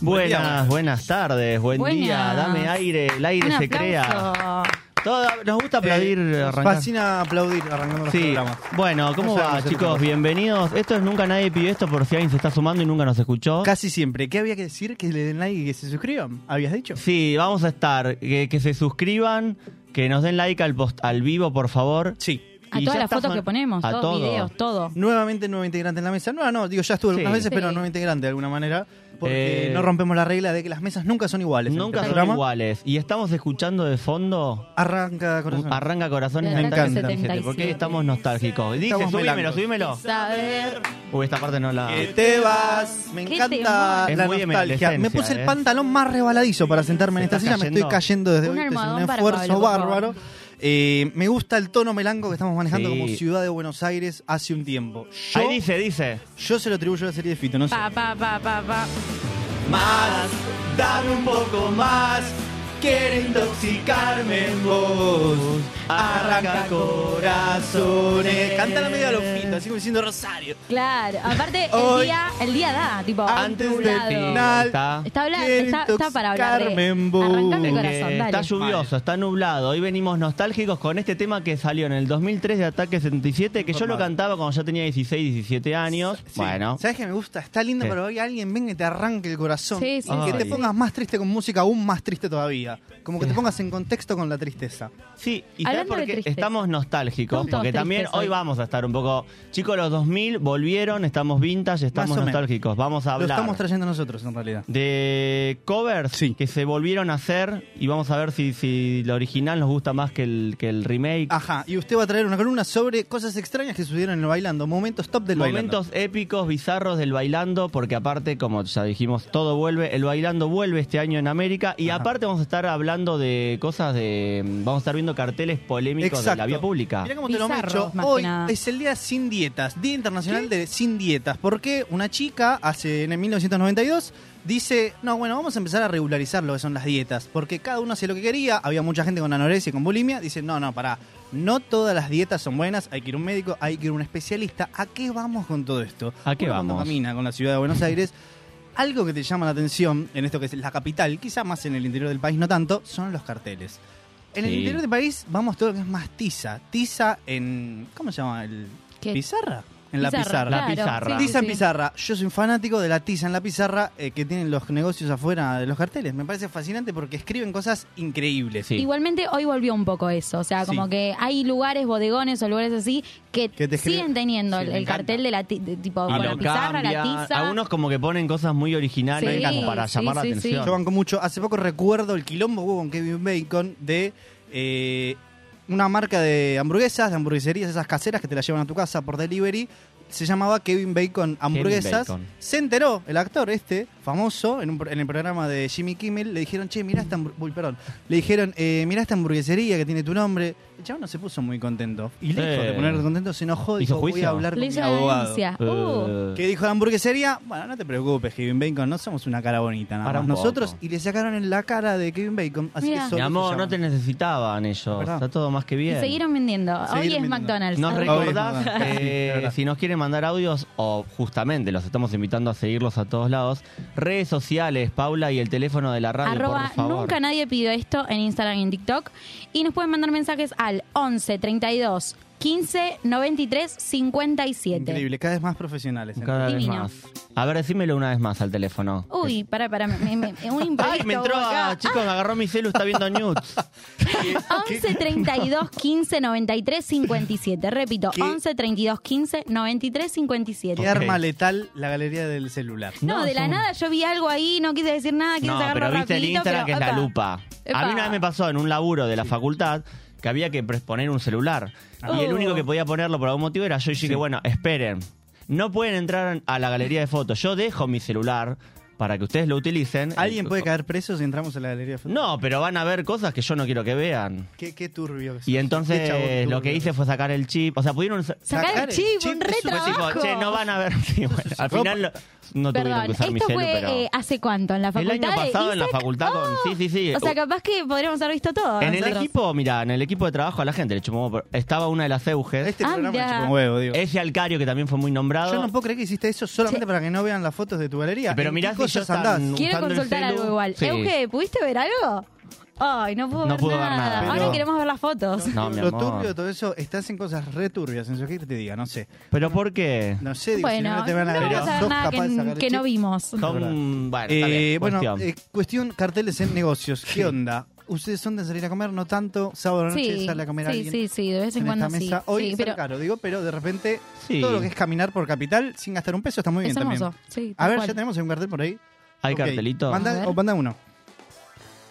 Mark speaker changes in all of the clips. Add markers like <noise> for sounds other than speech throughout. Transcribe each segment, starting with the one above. Speaker 1: Buenas, buenas tardes, buen día,
Speaker 2: Buenas.
Speaker 1: dame aire, el aire
Speaker 2: Un
Speaker 1: se
Speaker 2: aplauso.
Speaker 1: crea. Todo- nos gusta aplaudir,
Speaker 3: Eh, nos
Speaker 1: arrancar.
Speaker 3: fascina aplaudir arrancando los
Speaker 1: Sí,
Speaker 3: programas.
Speaker 1: bueno, ¿cómo
Speaker 3: No
Speaker 1: va
Speaker 3: sabemos
Speaker 1: chicos?
Speaker 3: hacer
Speaker 1: Bienvenidos. Esto es Nunca Nadie Pidió Esto por si alguien se está sumando y nunca nos escuchó.
Speaker 3: Casi siempre. ¿Qué había que decir? Que le den like y que se suscriban. ¿Habías dicho?
Speaker 1: Sí, vamos a estar. Que, que se suscriban, que nos den like al, post, al vivo, por favor.
Speaker 3: Sí.
Speaker 2: A
Speaker 1: Y
Speaker 2: todas
Speaker 1: ya
Speaker 2: las
Speaker 1: está
Speaker 2: fotos
Speaker 1: son-
Speaker 2: que ponemos,
Speaker 1: a
Speaker 2: todos
Speaker 1: todo.
Speaker 2: videos, todo.
Speaker 3: Nuevamente nuevo integrante en la mesa. No, no, digo, ya estuve
Speaker 1: Sí.
Speaker 3: algunas veces,
Speaker 2: Sí.
Speaker 3: pero nuevo integrante de alguna manera. Porque
Speaker 1: Eh,
Speaker 3: no rompemos la regla de que las mesas nunca son iguales. en
Speaker 1: Nunca
Speaker 3: este
Speaker 1: son
Speaker 3: programa.
Speaker 1: iguales. Y estamos escuchando de fondo.
Speaker 3: Arranca
Speaker 1: un
Speaker 3: corazón.
Speaker 1: Arranca corazones
Speaker 2: Me
Speaker 3: encanta.
Speaker 1: 77, porque hoy estamos nostálgicos. Dice,
Speaker 3: Estamos
Speaker 1: subímelo,
Speaker 3: melancos.
Speaker 1: subímelo.
Speaker 2: Saber.
Speaker 1: Uy, esta parte no la.
Speaker 3: Que te vas. Me
Speaker 2: Qué
Speaker 3: encanta
Speaker 1: temón.
Speaker 3: la
Speaker 1: Ah. Es muy de mi
Speaker 3: nostalgia. Me puse
Speaker 1: adolescencia,
Speaker 3: el
Speaker 1: eh.
Speaker 3: pantalón más rebaladizo para sentarme
Speaker 1: ¿Se
Speaker 3: en esta
Speaker 1: está
Speaker 3: silla. Me estoy
Speaker 1: cayendo?
Speaker 3: cayendo desde
Speaker 2: Un
Speaker 3: hoy. Estoy haciendo un
Speaker 2: almohadón para Pablo,
Speaker 3: esfuerzo
Speaker 2: por favor.
Speaker 3: bárbaro. Eh, me gusta el tono melanco que estamos manejando
Speaker 1: Sí.
Speaker 3: como ciudad de Buenos Aires hace un tiempo. Yo,
Speaker 1: Ahí dice, dice.
Speaker 3: yo se lo atribuyo a la serie de Fito, no sé.
Speaker 2: Pa, pa, pa, pa, pa.
Speaker 3: Más, dame un poco más. Quiero intoxicarme en vos.
Speaker 1: Arranca
Speaker 3: corazones. Canta la media de los Fito, así como diciendo Rosario.
Speaker 2: Claro, aparte el
Speaker 3: Hoy-
Speaker 2: día, el día da, tipo,
Speaker 3: Antes del
Speaker 2: nublado.
Speaker 3: final.
Speaker 1: Está,
Speaker 2: Está hablando,
Speaker 3: Quiero
Speaker 2: está, está para hablar de
Speaker 3: intoxicarme en vos.
Speaker 2: arrancarme el
Speaker 3: Eh,
Speaker 2: corazón, dale.
Speaker 1: está lluvioso,
Speaker 3: Vale.
Speaker 1: está nublado. Hoy venimos nostálgicos con este tema que salió en el 2003 de Ataque 77, que yo lo
Speaker 3: Informal.
Speaker 1: cantaba cuando ya tenía 16, 17 años.
Speaker 3: Sí.
Speaker 1: Bueno,
Speaker 3: ¿Sabes qué me gusta? Está lindo
Speaker 1: Sí.
Speaker 3: para que alguien venga y te arranque el corazón.
Speaker 2: Sí, sí,
Speaker 3: que
Speaker 1: sí,
Speaker 3: te
Speaker 1: sí.
Speaker 3: pongas más triste con música, aún más triste todavía. Como que te pongas en contexto con la tristeza.
Speaker 1: sí, y sabes
Speaker 2: Hablando de
Speaker 1: por qué?
Speaker 2: tristeza.
Speaker 1: estamos nostálgicos,
Speaker 2: Estamos todos
Speaker 1: porque también
Speaker 2: tristes
Speaker 1: hoy
Speaker 2: hoy.
Speaker 1: vamos a estar un poco. Chicos, los 2000 volvieron, estamos vintage, estamos
Speaker 3: Más o menos.
Speaker 1: nostálgicos. Vamos a
Speaker 3: Lo
Speaker 1: hablar
Speaker 3: estamos trayendo nosotros, en realidad.
Speaker 1: de covers
Speaker 3: Sí.
Speaker 1: que se volvieron a hacer y vamos a ver si, si la original nos gusta más que el, que el remake.
Speaker 3: Ajá, y usted va a traer una columna sobre cosas extrañas que sucedieron en el bailando, momentos top del
Speaker 1: Momentos épicos, bizarros del bailando, porque aparte, como ya dijimos, todo vuelve. El bailando vuelve este año en América. Y
Speaker 3: Ajá.
Speaker 1: aparte vamos a estar hablando de cosas de. Vamos a estar viendo carteles polémicos
Speaker 3: Exacto.
Speaker 1: de la vía pública.
Speaker 3: Mirá cómo te lo
Speaker 2: Bizarros,
Speaker 3: mecho.
Speaker 2: más que
Speaker 3: Hoy
Speaker 2: nada.
Speaker 3: es el día sin dietas, Día Internacional de Sin Dietas. Porque una chica hace en el 1992 dice, no, bueno, vamos a empezar a regularizar lo que son las dietas. Porque cada uno hace lo que quería. Había mucha gente con anorexia y con bulimia. Dice, no, no, pará. No todas las dietas son buenas. Hay que ir a un médico, hay que ir a un especialista. ¿A qué vamos con todo esto?
Speaker 1: ¿A qué
Speaker 3: Uno cuando
Speaker 1: vamos?
Speaker 3: camina con la ciudad de Buenos Aires. Algo que te llama la atención en esto que es la capital, quizá más en el interior del país no tanto, son los carteles. En el
Speaker 1: Sí.
Speaker 3: interior del este país vamos todo lo que es más tiza. Tiza en. ¿Cómo se llama? El,
Speaker 2: ¿Qué?
Speaker 3: ¿Pizarra? En la
Speaker 2: Pizarra,
Speaker 3: pizarra.
Speaker 1: La pizarra.
Speaker 2: sí,
Speaker 3: Tiza en
Speaker 2: sí.
Speaker 3: pizarra. Yo soy un fanático de la tiza en la pizarra eh, que tienen los negocios afuera de los carteles. Me parece fascinante porque escriben cosas increíbles.
Speaker 1: Sí.
Speaker 2: Igualmente hoy volvió un poco eso, o sea,
Speaker 3: Sí.
Speaker 2: como que hay lugares, bodegones o lugares así que,
Speaker 3: Que te escriben-
Speaker 2: siguen teniendo
Speaker 3: Sí,
Speaker 2: el,
Speaker 3: me
Speaker 2: el
Speaker 3: encanta.
Speaker 2: cartel de la ti- de- tipo
Speaker 1: Y
Speaker 2: con la
Speaker 1: Ah, lo
Speaker 2: pizarra, la
Speaker 1: cambia.
Speaker 2: tiza.
Speaker 1: Algunos como que ponen cosas muy originales
Speaker 2: Sí,
Speaker 1: como para
Speaker 2: sí,
Speaker 1: llamar la
Speaker 2: sí, sí.
Speaker 1: atención.
Speaker 3: Yo banco mucho. Hace poco recuerdo el quilombo que hubo con Kevin Bacon de eh, una marca de hamburguesas, de hamburgueserías, esas caseras que te las llevan a tu casa por delivery. Se llamaba Kevin Bacon Hamburguesas.
Speaker 1: Bacon.
Speaker 3: Se enteró el actor este, famoso, en, un pro- en el programa de Jimmy Kimmel. Le dijeron, che, mirá esta, hambur- uy, perdón. Le dijeron, eh, mirá esta hamburguesería que tiene tu nombre. El chabón no se puso muy contento. Y lejos
Speaker 1: Eh.
Speaker 3: de poner contento, se enojó.
Speaker 1: ¿Hizo
Speaker 3: Dijo, voy
Speaker 1: juicio?
Speaker 3: a hablar con
Speaker 2: Le
Speaker 3: mi
Speaker 2: hizo
Speaker 3: abogado.
Speaker 2: denuncia. Uh.
Speaker 1: Eh,
Speaker 3: ¿Qué dijo la hamburguesería? Bueno, no te preocupes, Kevin Bacon, no somos una cara bonita, nada
Speaker 1: Para
Speaker 3: más
Speaker 1: un poco.
Speaker 3: nosotros. Y le sacaron en la cara de Kevin Bacon, así
Speaker 2: Mirá.
Speaker 3: que
Speaker 1: Mi
Speaker 3: solo
Speaker 1: amor,
Speaker 3: se
Speaker 1: no te
Speaker 3: llama.
Speaker 1: necesitaban ellos.
Speaker 3: ¿Verdad?
Speaker 1: Está todo más que
Speaker 2: y
Speaker 1: bien.
Speaker 2: siguieron vendiendo. hoy es
Speaker 3: Siguieron vendiendo.
Speaker 2: McDonald's.
Speaker 1: Nos
Speaker 2: Ah.
Speaker 1: recordás
Speaker 3: Obvio, es
Speaker 1: eh,
Speaker 3: verdad.
Speaker 1: si nos quieren mandar audios o justamente los estamos invitando a seguirlos a todos lados. Redes sociales, Paula y el teléfono de la radio,
Speaker 2: Arroba
Speaker 1: por favor.
Speaker 2: nunca nadie pidió esto en Instagram y en TikTok. Y nos pueden mandar mensajes al 11 32 15 93 57.
Speaker 3: Increíble, cada vez más profesionales. ¿eh?
Speaker 1: Cada vez
Speaker 2: Divino.
Speaker 1: más. A ver, decímelo una vez más al teléfono.
Speaker 2: Uy, pará, pará, me- me- me-
Speaker 1: <laughs>
Speaker 2: un
Speaker 1: Ay,
Speaker 2: imprevisto
Speaker 1: me entró,
Speaker 2: hubo acá. <laughs>
Speaker 1: ah, chicos, me agarró mi celu, está viendo nudes.
Speaker 2: 11 32 15 93 57. Repito,
Speaker 3: ¿Qué?
Speaker 2: 11 32 15 93 57.
Speaker 3: Qué arma letal la galería del celular.
Speaker 2: No,
Speaker 1: No,
Speaker 2: de
Speaker 1: es
Speaker 2: la
Speaker 1: un-
Speaker 2: nada yo vi algo ahí, no quise decir nada, quise
Speaker 1: No,
Speaker 2: agarrar
Speaker 1: pero viste el
Speaker 2: rapidito, pero,
Speaker 1: Instagram que es la
Speaker 2: epa.
Speaker 1: lupa. A
Speaker 2: Epa.
Speaker 1: mí una vez me pasó en un laburo de la facultad que había que pres- poner un celular. Y el
Speaker 2: Oh.
Speaker 1: único que podía ponerlo por algún motivo era yo y dije, bueno, esperen. No pueden entrar a la galería de fotos. Yo dejo mi celular para que ustedes lo utilicen.
Speaker 3: ¿Alguien
Speaker 1: Eh,
Speaker 3: puede caer preso si entramos a la galería de fotos?
Speaker 1: No, pero van a ver cosas que yo no quiero que vean.
Speaker 3: Qué, qué turbio. que sos.
Speaker 1: Y
Speaker 3: Qué chabón
Speaker 1: entonces
Speaker 3: turbio.
Speaker 1: lo que hice fue sacar el chip. O sea, pudieron... sa-
Speaker 2: Sacar el
Speaker 3: Sacar el
Speaker 2: chip,
Speaker 3: chip
Speaker 2: un
Speaker 3: es un-
Speaker 1: Pues dijo,
Speaker 2: retrabajo.
Speaker 1: che, no van a ver. <laughs> Sí, bueno, al final lo- no tuvieron
Speaker 2: Perdón,
Speaker 1: que usar mi
Speaker 2: esto
Speaker 1: celu,
Speaker 2: fue
Speaker 1: pero...
Speaker 2: eh, hace cuánto, en la
Speaker 1: El
Speaker 2: facultad.
Speaker 1: año
Speaker 2: de
Speaker 1: pasado en la
Speaker 2: Isaac? Oh.
Speaker 1: facultad con- sí, sí, sí.
Speaker 2: O sea, capaz que podríamos haber visto todo.
Speaker 1: En el
Speaker 2: nosotros.
Speaker 1: equipo, mira, en el equipo de trabajo a la gente le chupó por- Estaba una de las euges.
Speaker 3: Este
Speaker 2: Ah,
Speaker 3: programa
Speaker 2: mirá.
Speaker 3: me chupa un huevo, digo.
Speaker 1: Ese Alcario que también fue muy nombrado.
Speaker 3: Yo no puedo creer que hiciste eso solamente para que no vean las fotos de tu galería.
Speaker 1: Pero
Speaker 3: ¿En
Speaker 1: mirá
Speaker 3: qué
Speaker 1: si yo
Speaker 3: cosas
Speaker 1: tan-
Speaker 3: andás?
Speaker 2: Quiero
Speaker 1: usando el
Speaker 2: consultar
Speaker 1: celu.
Speaker 2: algo igual.
Speaker 1: Sí.
Speaker 2: Euge, ¿pudiste ver algo? Ay, no puedo,
Speaker 1: No
Speaker 2: ver,
Speaker 1: pudo ver
Speaker 2: nada.
Speaker 1: nada.
Speaker 2: Ahora
Speaker 3: Pero-
Speaker 2: queremos ver las fotos.
Speaker 1: No, mi
Speaker 3: lo
Speaker 1: amor.
Speaker 3: turbio de todo eso, estás en cosas re turbias, en su que te diga, no sé.
Speaker 1: Pero ¿por qué?
Speaker 3: No sé, digo, si
Speaker 2: bueno,
Speaker 3: no te van a
Speaker 1: pero
Speaker 2: vamos a ver
Speaker 3: sos
Speaker 2: nada
Speaker 3: capaz de sacar
Speaker 2: que,
Speaker 3: el
Speaker 2: que no
Speaker 3: chip.
Speaker 2: vimos.
Speaker 1: Son- bueno, está
Speaker 3: Eh,
Speaker 1: bien,
Speaker 3: bueno,
Speaker 1: cuestión.
Speaker 3: eh, cuestión carteles en negocios. ¿Qué onda? ¿Ustedes son de salir a comer? No tanto. Sábado a la noche
Speaker 2: Sí,
Speaker 3: sale a comer a
Speaker 2: sí,
Speaker 3: alguien.
Speaker 2: sí, sí, de vez en,
Speaker 3: en
Speaker 2: cuando
Speaker 3: esta
Speaker 2: sí.
Speaker 3: mesa. Hoy
Speaker 2: Sí,
Speaker 3: es
Speaker 2: pero
Speaker 3: caro, digo, pero de repente
Speaker 1: Sí.
Speaker 3: todo lo que es caminar por capital sin gastar un peso está muy bien
Speaker 2: es hermoso.
Speaker 3: también.
Speaker 2: Sí,
Speaker 3: A
Speaker 2: tal
Speaker 3: ver,
Speaker 2: cual.
Speaker 3: ya tenemos un cartel por ahí.
Speaker 1: ¿Hay
Speaker 3: Ok,
Speaker 1: cartelito?
Speaker 2: A ver.
Speaker 3: Manda, o manda uno.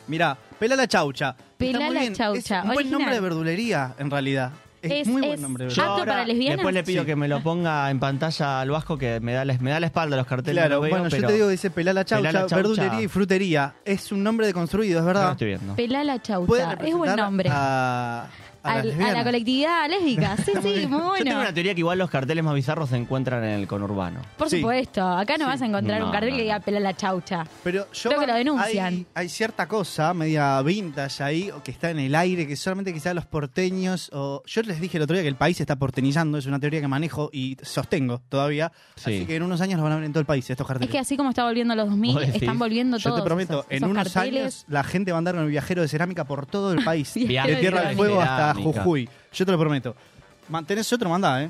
Speaker 3: Mirá, Pela la Chaucha.
Speaker 2: Pelá
Speaker 3: Está muy
Speaker 2: la
Speaker 3: bien.
Speaker 2: Chaucha,
Speaker 3: Es un buen
Speaker 2: original.
Speaker 3: nombre de verdulería, en realidad. Es,
Speaker 2: Es-
Speaker 3: muy buen
Speaker 2: es-
Speaker 3: nombre de
Speaker 2: Yo-
Speaker 3: verdulería.
Speaker 2: ¿Apto para lesbianas?
Speaker 1: Después le pido
Speaker 3: Sí.
Speaker 1: que me lo ponga en pantalla al Vasco que me da, la- me da la espalda los carteles.
Speaker 3: Claro,
Speaker 1: no lo veo,
Speaker 3: bueno, yo
Speaker 1: pero-
Speaker 3: te digo, dice Pelá la Chaucha,
Speaker 1: Pelá la Chaucha.
Speaker 3: verdulería y frutería. Es un nombre de construido, es
Speaker 1: No lo
Speaker 3: verdad.
Speaker 1: estoy viendo.
Speaker 2: Pelá la
Speaker 3: Puede
Speaker 2: chaucha. Es
Speaker 3: representar
Speaker 2: buen nombre.
Speaker 3: A, a, las
Speaker 2: Al- a la
Speaker 3: lesbianas.
Speaker 2: colectividad lésbica. Sí, sí, muy
Speaker 1: Yo tengo
Speaker 2: bueno.
Speaker 1: una teoría que igual los carteles más bizarros se encuentran en el conurbano.
Speaker 2: Por
Speaker 3: Sí.
Speaker 2: supuesto, acá no vas a encontrar
Speaker 1: No,
Speaker 2: un cartel
Speaker 1: no,
Speaker 2: que
Speaker 1: no.
Speaker 2: diga pelá la chaucha.
Speaker 3: Pero yo
Speaker 2: Creo que lo
Speaker 3: hay-
Speaker 2: denuncian.
Speaker 3: Hay, cierta cosa media vintage ahí o que está en el aire que solamente quizás los porteños o yo les dije el otro día que el país se está porteñizando, es una teoría que manejo y sostengo todavía,
Speaker 1: Sí.
Speaker 3: así que en unos años los van a ver en todo el país estos
Speaker 2: Es
Speaker 3: carteles.
Speaker 2: que así como está volviendo los 2000,
Speaker 1: ¿Vos decís?
Speaker 2: están volviendo
Speaker 3: yo
Speaker 2: todos.
Speaker 3: te prometo,
Speaker 2: esos-
Speaker 3: en
Speaker 2: esos
Speaker 3: unos
Speaker 2: carteles.
Speaker 3: años la gente va a andar con el viajero de cerámica por todo el
Speaker 2: <laughs>
Speaker 3: país, de
Speaker 1: Viajero de
Speaker 3: Tierra del Fuego hasta
Speaker 1: cerámica.
Speaker 3: Jujuy. Yo te lo prometo. Man- Tenés otro mandá, ¿eh?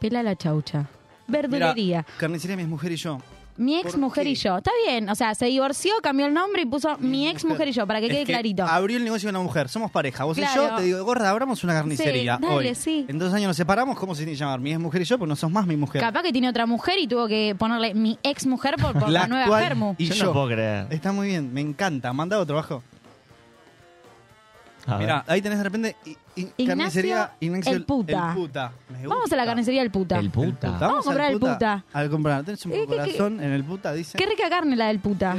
Speaker 2: Pela la chaucha.
Speaker 3: Mirá,
Speaker 2: Verdulería.
Speaker 3: Carnicería, mis mujer y yo.
Speaker 2: mi ex
Speaker 3: ¿por
Speaker 2: mujer
Speaker 3: qué? Mm,
Speaker 2: y yo. Está bien, o sea, se divorció, cambió el nombre y puso mi ex mujer y yo, para que
Speaker 3: Es
Speaker 2: quede clarito.
Speaker 3: Abrió el negocio de una mujer, somos pareja. Vos y
Speaker 2: Claro.
Speaker 3: yo te digo, gorda, abramos una carnicería.
Speaker 2: Sí, dale,
Speaker 3: hoy.
Speaker 2: sí.
Speaker 3: En dos años nos separamos, ¿cómo se tiene que llamar? Mi ex mujer y yo, pues no sos más mi mujer.
Speaker 2: Capaz que tiene otra mujer y tuvo que ponerle mi ex mujer por, por
Speaker 3: <laughs> La
Speaker 2: la, nueva
Speaker 3: actual
Speaker 2: Germu.
Speaker 3: y
Speaker 1: yo,
Speaker 3: yo.
Speaker 1: no puedo creer.
Speaker 3: Está muy bien, me encanta. Mandado trabajo.
Speaker 1: A ver.
Speaker 3: Mirá, ahí tenés de repente i- i-
Speaker 2: Ignacio
Speaker 3: carnicería
Speaker 2: el Puta.
Speaker 3: Puta. Me
Speaker 2: Vamos a la
Speaker 3: gusta.
Speaker 2: carnicería del puta.
Speaker 1: el puta.
Speaker 3: Vamos,
Speaker 2: Vamos a comprar
Speaker 3: al
Speaker 2: el Puta.
Speaker 3: Al comprar, tenés un
Speaker 2: Eh, que-
Speaker 3: corazón en el puta, dice.
Speaker 2: Qué rica carne la del
Speaker 3: <laughs>
Speaker 2: puta.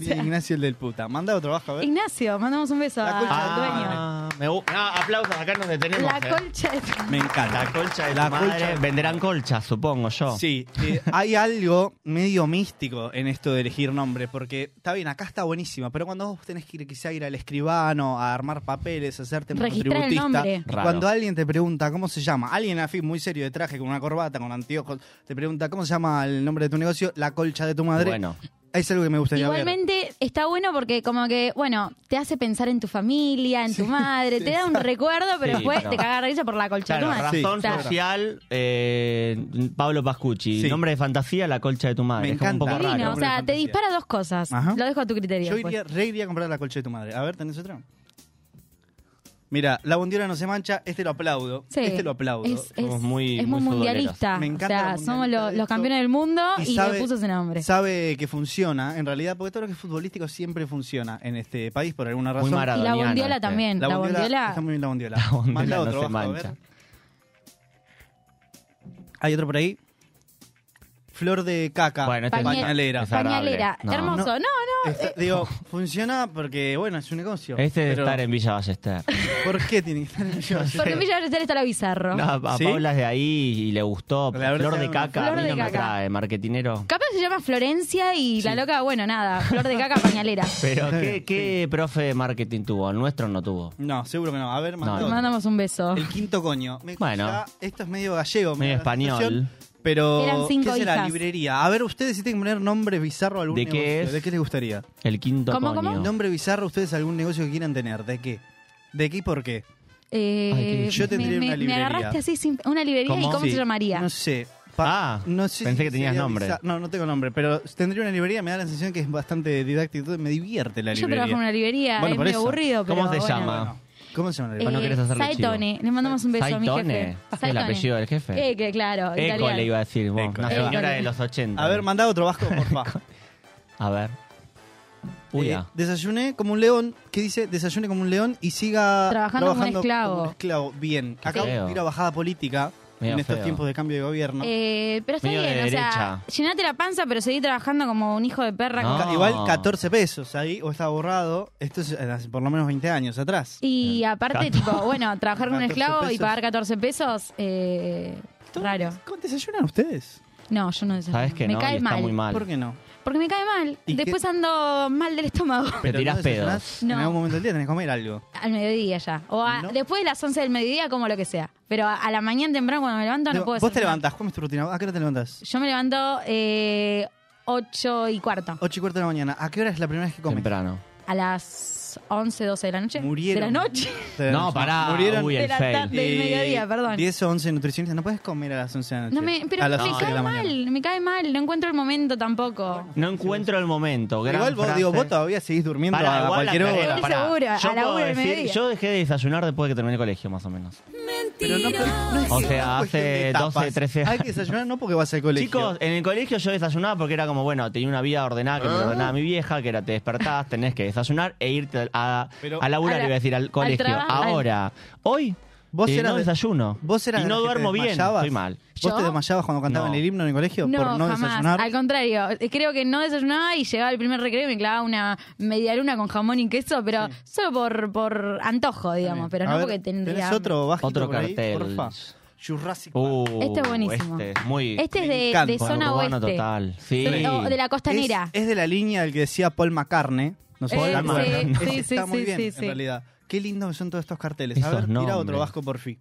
Speaker 3: tiene Ignacio el del puta. Mandado trabajo, a ver.
Speaker 2: Ignacio, mandamos un beso
Speaker 3: La
Speaker 2: a-
Speaker 3: concha
Speaker 2: al dueño.
Speaker 1: Ah, me gu- ah, aplausos, acá nos detenemos.
Speaker 2: La
Speaker 1: eh.
Speaker 2: colcha de tu-
Speaker 3: Me encanta.
Speaker 1: La colcha de
Speaker 3: La
Speaker 1: tu madre.
Speaker 3: colcha de-
Speaker 1: Venderán colchas, supongo yo.
Speaker 3: Sí, eh, hay algo medio místico en esto de elegir nombre, porque está bien, acá está buenísima, pero cuando vos tenés que ir quizá ir al escribano, a armar papeles, a hacerte
Speaker 2: Registrar el
Speaker 3: monotributista,
Speaker 2: nombre.
Speaker 1: Raro.
Speaker 3: cuando alguien te pregunta cómo se llama, alguien afín muy serio de traje, con una corbata, con anteojos, te pregunta cómo se llama el nombre de tu negocio, la colcha de tu madre,
Speaker 1: Bueno,
Speaker 3: es algo que me gustaría ver.
Speaker 2: Igualmente está bueno porque como que, bueno, te hace pensar en tu familia, en tu
Speaker 3: <laughs>
Speaker 2: madre, te da un recuerdo, pero
Speaker 1: Sí,
Speaker 2: después
Speaker 1: pero-
Speaker 2: te caga risa por la colcha de tu
Speaker 1: claro,
Speaker 2: madre.
Speaker 3: Sí.
Speaker 1: razón
Speaker 2: Claro.
Speaker 1: social, eh, Pablo Pascucci.
Speaker 3: Sí.
Speaker 1: Nombre de fantasía, la colcha de tu madre.
Speaker 3: Me
Speaker 1: Es como
Speaker 3: encanta.
Speaker 1: un poco
Speaker 2: Divino,
Speaker 1: raro.
Speaker 2: o
Speaker 3: Hombre de
Speaker 2: sea, te
Speaker 3: fantasía.
Speaker 2: dispara dos cosas.
Speaker 3: Ajá.
Speaker 2: Lo dejo a tu criterio.
Speaker 3: Yo
Speaker 2: después.
Speaker 3: iría, re iría a comprar la colcha de tu madre. A ver, ¿tenés otra? Mira, la bondiola no se mancha, este lo aplaudo,
Speaker 2: Sí.
Speaker 3: este lo aplaudo.
Speaker 2: Es, es-
Speaker 1: Somos muy-
Speaker 2: es
Speaker 1: muy
Speaker 2: muy mundialista.
Speaker 3: futboleros. Me encanta
Speaker 2: o sea,
Speaker 3: la
Speaker 2: somos
Speaker 3: mundialista
Speaker 2: lo- los
Speaker 3: de esto.
Speaker 2: campeones del mundo y,
Speaker 3: sabe-
Speaker 2: le puso ese nombre.
Speaker 3: Sabe que funciona, en realidad, porque todo lo que es futbolístico siempre funciona en este país por alguna razón.
Speaker 1: mara-
Speaker 2: Y la
Speaker 1: Maradoniano,
Speaker 2: bondiola
Speaker 1: este.
Speaker 2: también. La, bondiola.
Speaker 3: Está muy bien la bondiola.
Speaker 1: La bondiola
Speaker 3: Manda
Speaker 1: no
Speaker 3: otro
Speaker 1: se
Speaker 3: abajo, a
Speaker 1: mancha.
Speaker 3: ver. Hay otro por ahí. Flor de caca.
Speaker 1: Bueno, este es
Speaker 2: Pañal-
Speaker 3: pañalera.
Speaker 1: es agradable.
Speaker 2: Pañalera,
Speaker 1: No.
Speaker 2: hermoso. No,
Speaker 3: No.
Speaker 2: no.
Speaker 3: Está- digo, funciona porque, bueno, es un negocio.
Speaker 1: Este de
Speaker 3: Pero,
Speaker 1: estar en Villa Ballester.
Speaker 3: ¿Por qué tiene que estar en Villa Ballester?
Speaker 2: Porque en Villa Ballester está la bizarro.
Speaker 1: No, a
Speaker 3: ¿Sí?
Speaker 1: Paula es de ahí y le gustó.
Speaker 3: Le habrá
Speaker 1: Flor de
Speaker 3: sacado una
Speaker 1: caca,
Speaker 2: flor
Speaker 1: a mí
Speaker 2: de
Speaker 1: no me
Speaker 2: caca.
Speaker 1: atrae, marketinero.
Speaker 2: Capaz se llama Florencia y la loca, bueno, nada, flor de caca
Speaker 3: <laughs>
Speaker 2: pañalera.
Speaker 1: Pero,
Speaker 3: Está
Speaker 1: ¿qué,
Speaker 3: bien,
Speaker 1: qué profe de marketing tuvo? El nuestro no tuvo.
Speaker 3: No, seguro que no. A ver,
Speaker 1: No,
Speaker 3: manda
Speaker 2: Te
Speaker 1: no.
Speaker 3: otro.
Speaker 2: mandamos un beso.
Speaker 3: El quinto coño. Me-
Speaker 1: Bueno.
Speaker 3: ya, esto es medio gallego. me
Speaker 1: Medio
Speaker 3: da la
Speaker 1: español.
Speaker 3: sensación, Pero,
Speaker 2: Eran cinco
Speaker 3: ¿qué será?
Speaker 2: hijas.
Speaker 3: Librería. A ver, ustedes si tienen que poner nombre bizarro a algún
Speaker 1: ¿De qué
Speaker 3: negocio.
Speaker 1: es?
Speaker 3: ¿De qué les gustaría?
Speaker 1: El quinto
Speaker 2: ¿Cómo,
Speaker 1: coño.
Speaker 2: cómo?
Speaker 3: Nombre bizarro, ustedes algún negocio que quieran tener. ¿De qué? ¿De qué y por qué?
Speaker 2: eh,
Speaker 1: Ay, qué-
Speaker 3: Yo tendría
Speaker 2: me,
Speaker 3: una
Speaker 2: me- me
Speaker 3: librería.
Speaker 2: agarraste así, sin- una librería
Speaker 1: ¿Cómo?
Speaker 2: y cómo
Speaker 1: Sí.
Speaker 2: se llamaría.
Speaker 3: No sé.
Speaker 1: Ah, pensé que tenías
Speaker 3: sería
Speaker 1: nombre.
Speaker 3: bizar- No, no tengo nombre, pero tendría una librería, me da la sensación que es bastante didáctico, me divierte la
Speaker 2: Yo
Speaker 3: librería.
Speaker 2: trabajo en una librería,
Speaker 3: Bueno,
Speaker 2: es
Speaker 3: por
Speaker 2: medio
Speaker 3: eso.
Speaker 2: aburrido, pero
Speaker 1: ¿Cómo se
Speaker 2: bueno.
Speaker 1: llama?
Speaker 3: Bueno, ¿Cómo se llama la
Speaker 2: Eh,
Speaker 1: ¿O no
Speaker 3: librería?
Speaker 1: querés hacerle
Speaker 2: Saitone, le mandamos un beso a mi
Speaker 1: Saitone,
Speaker 2: jefe.
Speaker 1: es el apellido del jefe.
Speaker 2: Eh, que claro,
Speaker 1: Eco
Speaker 2: italiano.
Speaker 1: le iba a decir, vos,
Speaker 3: Eco.
Speaker 1: una
Speaker 2: Eco.
Speaker 1: señora de los 80.
Speaker 3: a ver, mandá
Speaker 1: <laughs>
Speaker 3: otro vasco, porfa.
Speaker 1: A ver. Uy,
Speaker 3: Eh,
Speaker 1: ah.
Speaker 3: desayuné como un león. ¿Qué dice? Desayune como un león y siga
Speaker 2: Trabajando como un esclavo.
Speaker 3: como un esclavo. Bien. Acá
Speaker 1: feo.
Speaker 3: vamos a ir a bajada política
Speaker 1: Medio
Speaker 3: en estos
Speaker 1: feo.
Speaker 3: tiempos de cambio de gobierno.
Speaker 2: Eh, pero está
Speaker 1: Medio de
Speaker 2: bien, o sea,
Speaker 1: derecha.
Speaker 2: llenate la panza, pero seguí trabajando como un hijo de perra.
Speaker 1: No.
Speaker 2: con-
Speaker 3: Ca- Igual 14 pesos ahí, o está borrado. Esto es eh, hace por lo menos 20 años atrás.
Speaker 2: Y aparte,
Speaker 1: <laughs>
Speaker 2: tipo, bueno, trabajar con un
Speaker 3: 14
Speaker 2: esclavo y
Speaker 3: pesos.
Speaker 2: pagar 14 pesos, eh, raro.
Speaker 3: ¿Cómo desayunan ustedes?
Speaker 2: No, yo no desayuno.
Speaker 1: Sabes que
Speaker 2: me
Speaker 1: no,
Speaker 2: cae
Speaker 1: y está
Speaker 2: mal.
Speaker 1: muy mal.
Speaker 3: ¿Por qué no?
Speaker 2: Porque me cae mal.
Speaker 3: ¿Y qué?
Speaker 2: Después ando mal del estómago. <laughs>
Speaker 1: Te tirás
Speaker 3: no desayunás,
Speaker 1: pedos.
Speaker 3: En
Speaker 2: No.
Speaker 3: algún momento del día tenés que comer algo.
Speaker 2: Al mediodía ya. O a-
Speaker 3: ¿No?
Speaker 2: después de las 11 del mediodía, como lo que sea. Pero a, a la mañana temprano, cuando me levanto, no,
Speaker 3: Digo,
Speaker 2: puedo
Speaker 3: Vos
Speaker 2: desayunar.
Speaker 3: te levantás, ¿cómo es tu rutina? ¿A qué hora te levantás?
Speaker 2: Yo me levanto eh, 8 y cuarto.
Speaker 3: 8 y cuarto de la mañana. ¿A qué hora es la primera vez que comes?
Speaker 1: Temprano.
Speaker 2: A las 11, 12 de la noche.
Speaker 3: Murieron.
Speaker 2: De la noche.
Speaker 3: Te-
Speaker 1: No, pará.
Speaker 3: Murieron
Speaker 1: Uy,
Speaker 2: De
Speaker 1: el
Speaker 2: la
Speaker 1: fail.
Speaker 2: tarde. del mediodía, perdón.
Speaker 3: 10 o 11 nutricionistas. No puedes comer a las 11 de la noche.
Speaker 2: No me, pero
Speaker 3: a
Speaker 2: me
Speaker 3: las 11 de
Speaker 2: cae
Speaker 3: la mañana.
Speaker 2: mal, me cae mal. No encuentro el momento tampoco.
Speaker 1: No encuentro el momento. gran
Speaker 3: Igual vos,
Speaker 1: frase.
Speaker 3: digo, vos todavía seguís durmiendo
Speaker 1: Pará,
Speaker 3: a
Speaker 1: igual la
Speaker 3: cualquier
Speaker 1: tarea,
Speaker 3: hora.
Speaker 2: Estoy
Speaker 1: pará.
Speaker 2: segura, a
Speaker 1: Yo
Speaker 2: la
Speaker 1: puedo
Speaker 2: una del
Speaker 1: decir-
Speaker 2: mediodía.
Speaker 1: Yo dejé de desayunar después de que terminé el colegio, más o menos.
Speaker 3: Pero no, no
Speaker 1: O
Speaker 3: es que
Speaker 1: sea,
Speaker 3: no es cuestión de
Speaker 1: hace
Speaker 3: etapas.
Speaker 1: 12, 13
Speaker 3: Hay que desayunar no porque vas al colegio.
Speaker 1: Chicos, en el colegio yo desayunaba porque era como, bueno, tenía una vida ordenada
Speaker 3: Ah.
Speaker 1: que me ordenaba mi vieja, que era te despertabas, tenés que desayunar e irte a,
Speaker 3: Pero-
Speaker 1: a laburar,
Speaker 2: A la-
Speaker 1: iba a decir, al colegio.
Speaker 2: trabajo, al-
Speaker 1: Ahora, hoy,
Speaker 3: Vos
Speaker 1: eh,
Speaker 3: eras
Speaker 1: no
Speaker 3: de-
Speaker 1: desayuno.
Speaker 3: vos eras
Speaker 1: y
Speaker 3: de
Speaker 1: no
Speaker 3: los que te
Speaker 1: duermo bien,
Speaker 3: desmayabas.
Speaker 1: estoy mal.
Speaker 3: ¿Vos
Speaker 2: ¿Yo?
Speaker 3: te desmayabas cuando cantaban
Speaker 1: No.
Speaker 3: el himno en el colegio
Speaker 2: No,
Speaker 3: por no
Speaker 2: jamás.
Speaker 3: desayunar?
Speaker 2: Al contrario, eh, creo que no desayunaba y llegaba al primer recreo y me clavaba una media luna con jamón y queso, pero solo por, por antojo, digamos, pero
Speaker 3: A
Speaker 2: no
Speaker 3: ver,
Speaker 2: porque tendría...
Speaker 3: ¿Tenés otro bajito
Speaker 1: Otro
Speaker 3: por ahí,
Speaker 1: cartel.
Speaker 3: porfa? Jurassic Park.
Speaker 1: Uh,
Speaker 2: Este es buenísimo.
Speaker 1: Este es muy...
Speaker 2: Este es
Speaker 3: Me
Speaker 2: de,
Speaker 3: encanta.
Speaker 2: de zona
Speaker 1: conurbano
Speaker 2: oeste. Este
Speaker 1: total. Sí.
Speaker 2: De- o de la
Speaker 3: es,
Speaker 2: costanera.
Speaker 3: es de la línea del que decía Paul McCartney. No sé
Speaker 2: Eh,
Speaker 3: si lo
Speaker 1: sí,
Speaker 3: <laughs> recuerdan.
Speaker 2: sí,
Speaker 3: Ese
Speaker 2: sí,
Speaker 3: Este Está muy
Speaker 2: sí,
Speaker 3: bien,
Speaker 2: sí,
Speaker 3: en
Speaker 2: sí.
Speaker 3: realidad. Qué lindos que son todos estos carteles. a
Speaker 1: Esos
Speaker 3: ver, tira otro
Speaker 1: nombres.
Speaker 3: vasco por fin.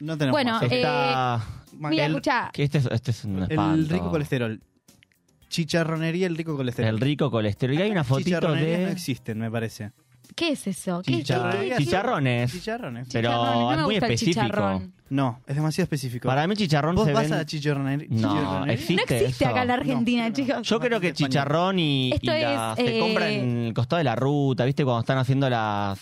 Speaker 3: No tenemos
Speaker 2: Bueno,
Speaker 3: más.
Speaker 2: eh,
Speaker 1: Está...
Speaker 3: Ma-
Speaker 2: Mira,
Speaker 3: el-
Speaker 2: escuchá,
Speaker 1: que este, es, este es un espanto.
Speaker 3: El rico colesterol. Chicharronería, el rico colesterol.
Speaker 1: El rico colesterol. Y hay una fotito
Speaker 3: Chicharronerías no
Speaker 1: de...
Speaker 3: existen, me parece.
Speaker 2: ¿qué es eso? ¿Qué es-
Speaker 1: Chicha-
Speaker 2: qué- qué-
Speaker 1: Chicharrones.
Speaker 3: Chicharrones.
Speaker 1: Pero
Speaker 2: chicharrones? no me
Speaker 1: es muy
Speaker 2: gusta el
Speaker 1: específico.
Speaker 2: chicharrón.
Speaker 3: No, es demasiado específico.
Speaker 1: Para mí chicharrón
Speaker 3: Vos
Speaker 1: se
Speaker 3: vas
Speaker 1: ven...
Speaker 3: a la chicharronería.
Speaker 1: No,
Speaker 2: No
Speaker 1: existe,
Speaker 2: existe
Speaker 1: eso.
Speaker 2: acá en la Argentina,
Speaker 3: No,
Speaker 2: chicos.
Speaker 1: Yo creo que
Speaker 3: Español.
Speaker 1: chicharrón y, y
Speaker 2: Esto
Speaker 1: la-
Speaker 2: es,
Speaker 1: se
Speaker 2: eh,
Speaker 1: compra en el costado de la ruta, ¿viste? Cuando están haciendo las...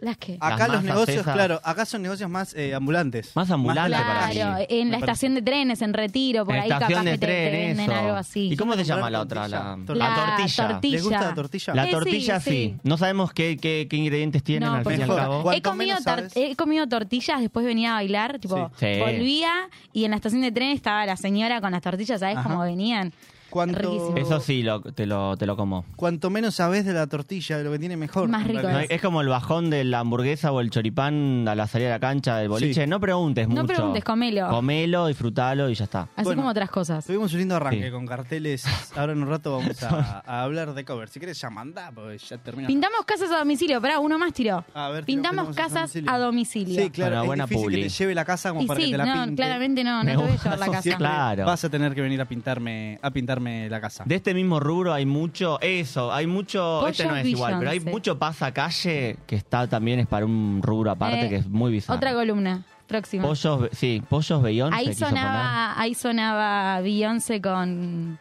Speaker 2: ¿Las qué?
Speaker 1: Ah, Las
Speaker 3: Acá los
Speaker 1: masas
Speaker 3: negocios,
Speaker 1: esas.
Speaker 3: claro, acá son negocios más eh, ambulantes.
Speaker 1: Más ambulantes
Speaker 3: de
Speaker 1: para
Speaker 2: Claro,
Speaker 1: mí.
Speaker 2: en
Speaker 3: Me
Speaker 2: la
Speaker 3: parece.
Speaker 2: estación de trenes, en Retiro, por
Speaker 1: en
Speaker 2: ahí
Speaker 1: estación
Speaker 2: capaz
Speaker 1: de
Speaker 2: que te-
Speaker 1: tren,
Speaker 2: te, venden
Speaker 1: eso.
Speaker 2: algo así.
Speaker 1: ¿Y cómo se
Speaker 3: Yo
Speaker 1: llama
Speaker 3: comprar
Speaker 1: la otra? La,
Speaker 3: tortilla.
Speaker 1: la
Speaker 2: La
Speaker 1: tortilla.
Speaker 2: tortilla.
Speaker 3: ¿Les gusta la tortilla?
Speaker 1: La
Speaker 2: Eh, sí,
Speaker 1: tortilla sí,
Speaker 2: sí.
Speaker 1: No sabemos qué, qué, qué ingredientes tienen
Speaker 2: No,
Speaker 1: al
Speaker 2: por
Speaker 1: fin y al
Speaker 3: supuesto.
Speaker 1: cabo.
Speaker 3: Cuanto
Speaker 2: He comido,
Speaker 3: menos
Speaker 2: tar-
Speaker 3: sabes.
Speaker 2: he comido tortillas, después venía a bailar, tipo,
Speaker 1: Sí. Sí.
Speaker 2: volvía y en la estación de tren estaba la señora con las tortillas, ¿sabes
Speaker 3: Ajá.
Speaker 2: cómo venían?
Speaker 3: Cuanto,
Speaker 2: Riquísimo.
Speaker 1: Eso sí, lo, te, lo, te lo como.
Speaker 3: cuanto menos sabes de la tortilla, de lo que tiene mejor.
Speaker 2: Más
Speaker 3: en
Speaker 2: rico
Speaker 1: No,
Speaker 3: realidad.
Speaker 2: es.
Speaker 1: es como el bajón de la hamburguesa o el choripán a la salida de la cancha del boliche.
Speaker 3: Sí.
Speaker 1: No preguntes
Speaker 2: No
Speaker 1: mucho.
Speaker 2: preguntes, comelo.
Speaker 1: Comelo, disfrutalo y ya está.
Speaker 2: Así
Speaker 3: Bueno.
Speaker 2: como otras cosas.
Speaker 3: Tuvimos un lindo arranque
Speaker 1: Sí.
Speaker 3: con carteles. Ahora en un rato vamos a, a hablar de cover. Si quieres ya mandá, porque ya terminamos.
Speaker 2: Pintamos casas a domicilio, pará, uno más tiró.
Speaker 3: A ver,
Speaker 2: Pintamos
Speaker 3: tenemos
Speaker 2: casas a domicilio.
Speaker 3: Sí, claro,
Speaker 1: Una
Speaker 3: es
Speaker 1: buena
Speaker 3: difícil
Speaker 1: publi.
Speaker 3: que te lleve la casa como
Speaker 2: y
Speaker 3: para
Speaker 2: sí,
Speaker 3: que te la
Speaker 2: no,
Speaker 3: pinte.
Speaker 2: claramente no, no
Speaker 1: Me
Speaker 2: te voy a
Speaker 1: gusta
Speaker 2: llevar la
Speaker 1: eso
Speaker 2: casa.
Speaker 1: siempre. Claro.
Speaker 3: Vas a tener que venir a pintarme, a pintarme la casa.
Speaker 1: De este mismo rubro hay mucho, eso, hay mucho,
Speaker 2: Pollo
Speaker 1: este no es igual, pero hay
Speaker 2: Beyoncé.
Speaker 1: mucho pasacalle que está también es para un rubro aparte
Speaker 2: Eh,
Speaker 1: que es muy bizarro.
Speaker 2: Otra columna, próxima.
Speaker 1: Pollos, Be- sí, pollos Beyoncé
Speaker 2: ahí
Speaker 1: quiso
Speaker 2: sonaba, ahí sonaba Beyoncé con
Speaker 3: Me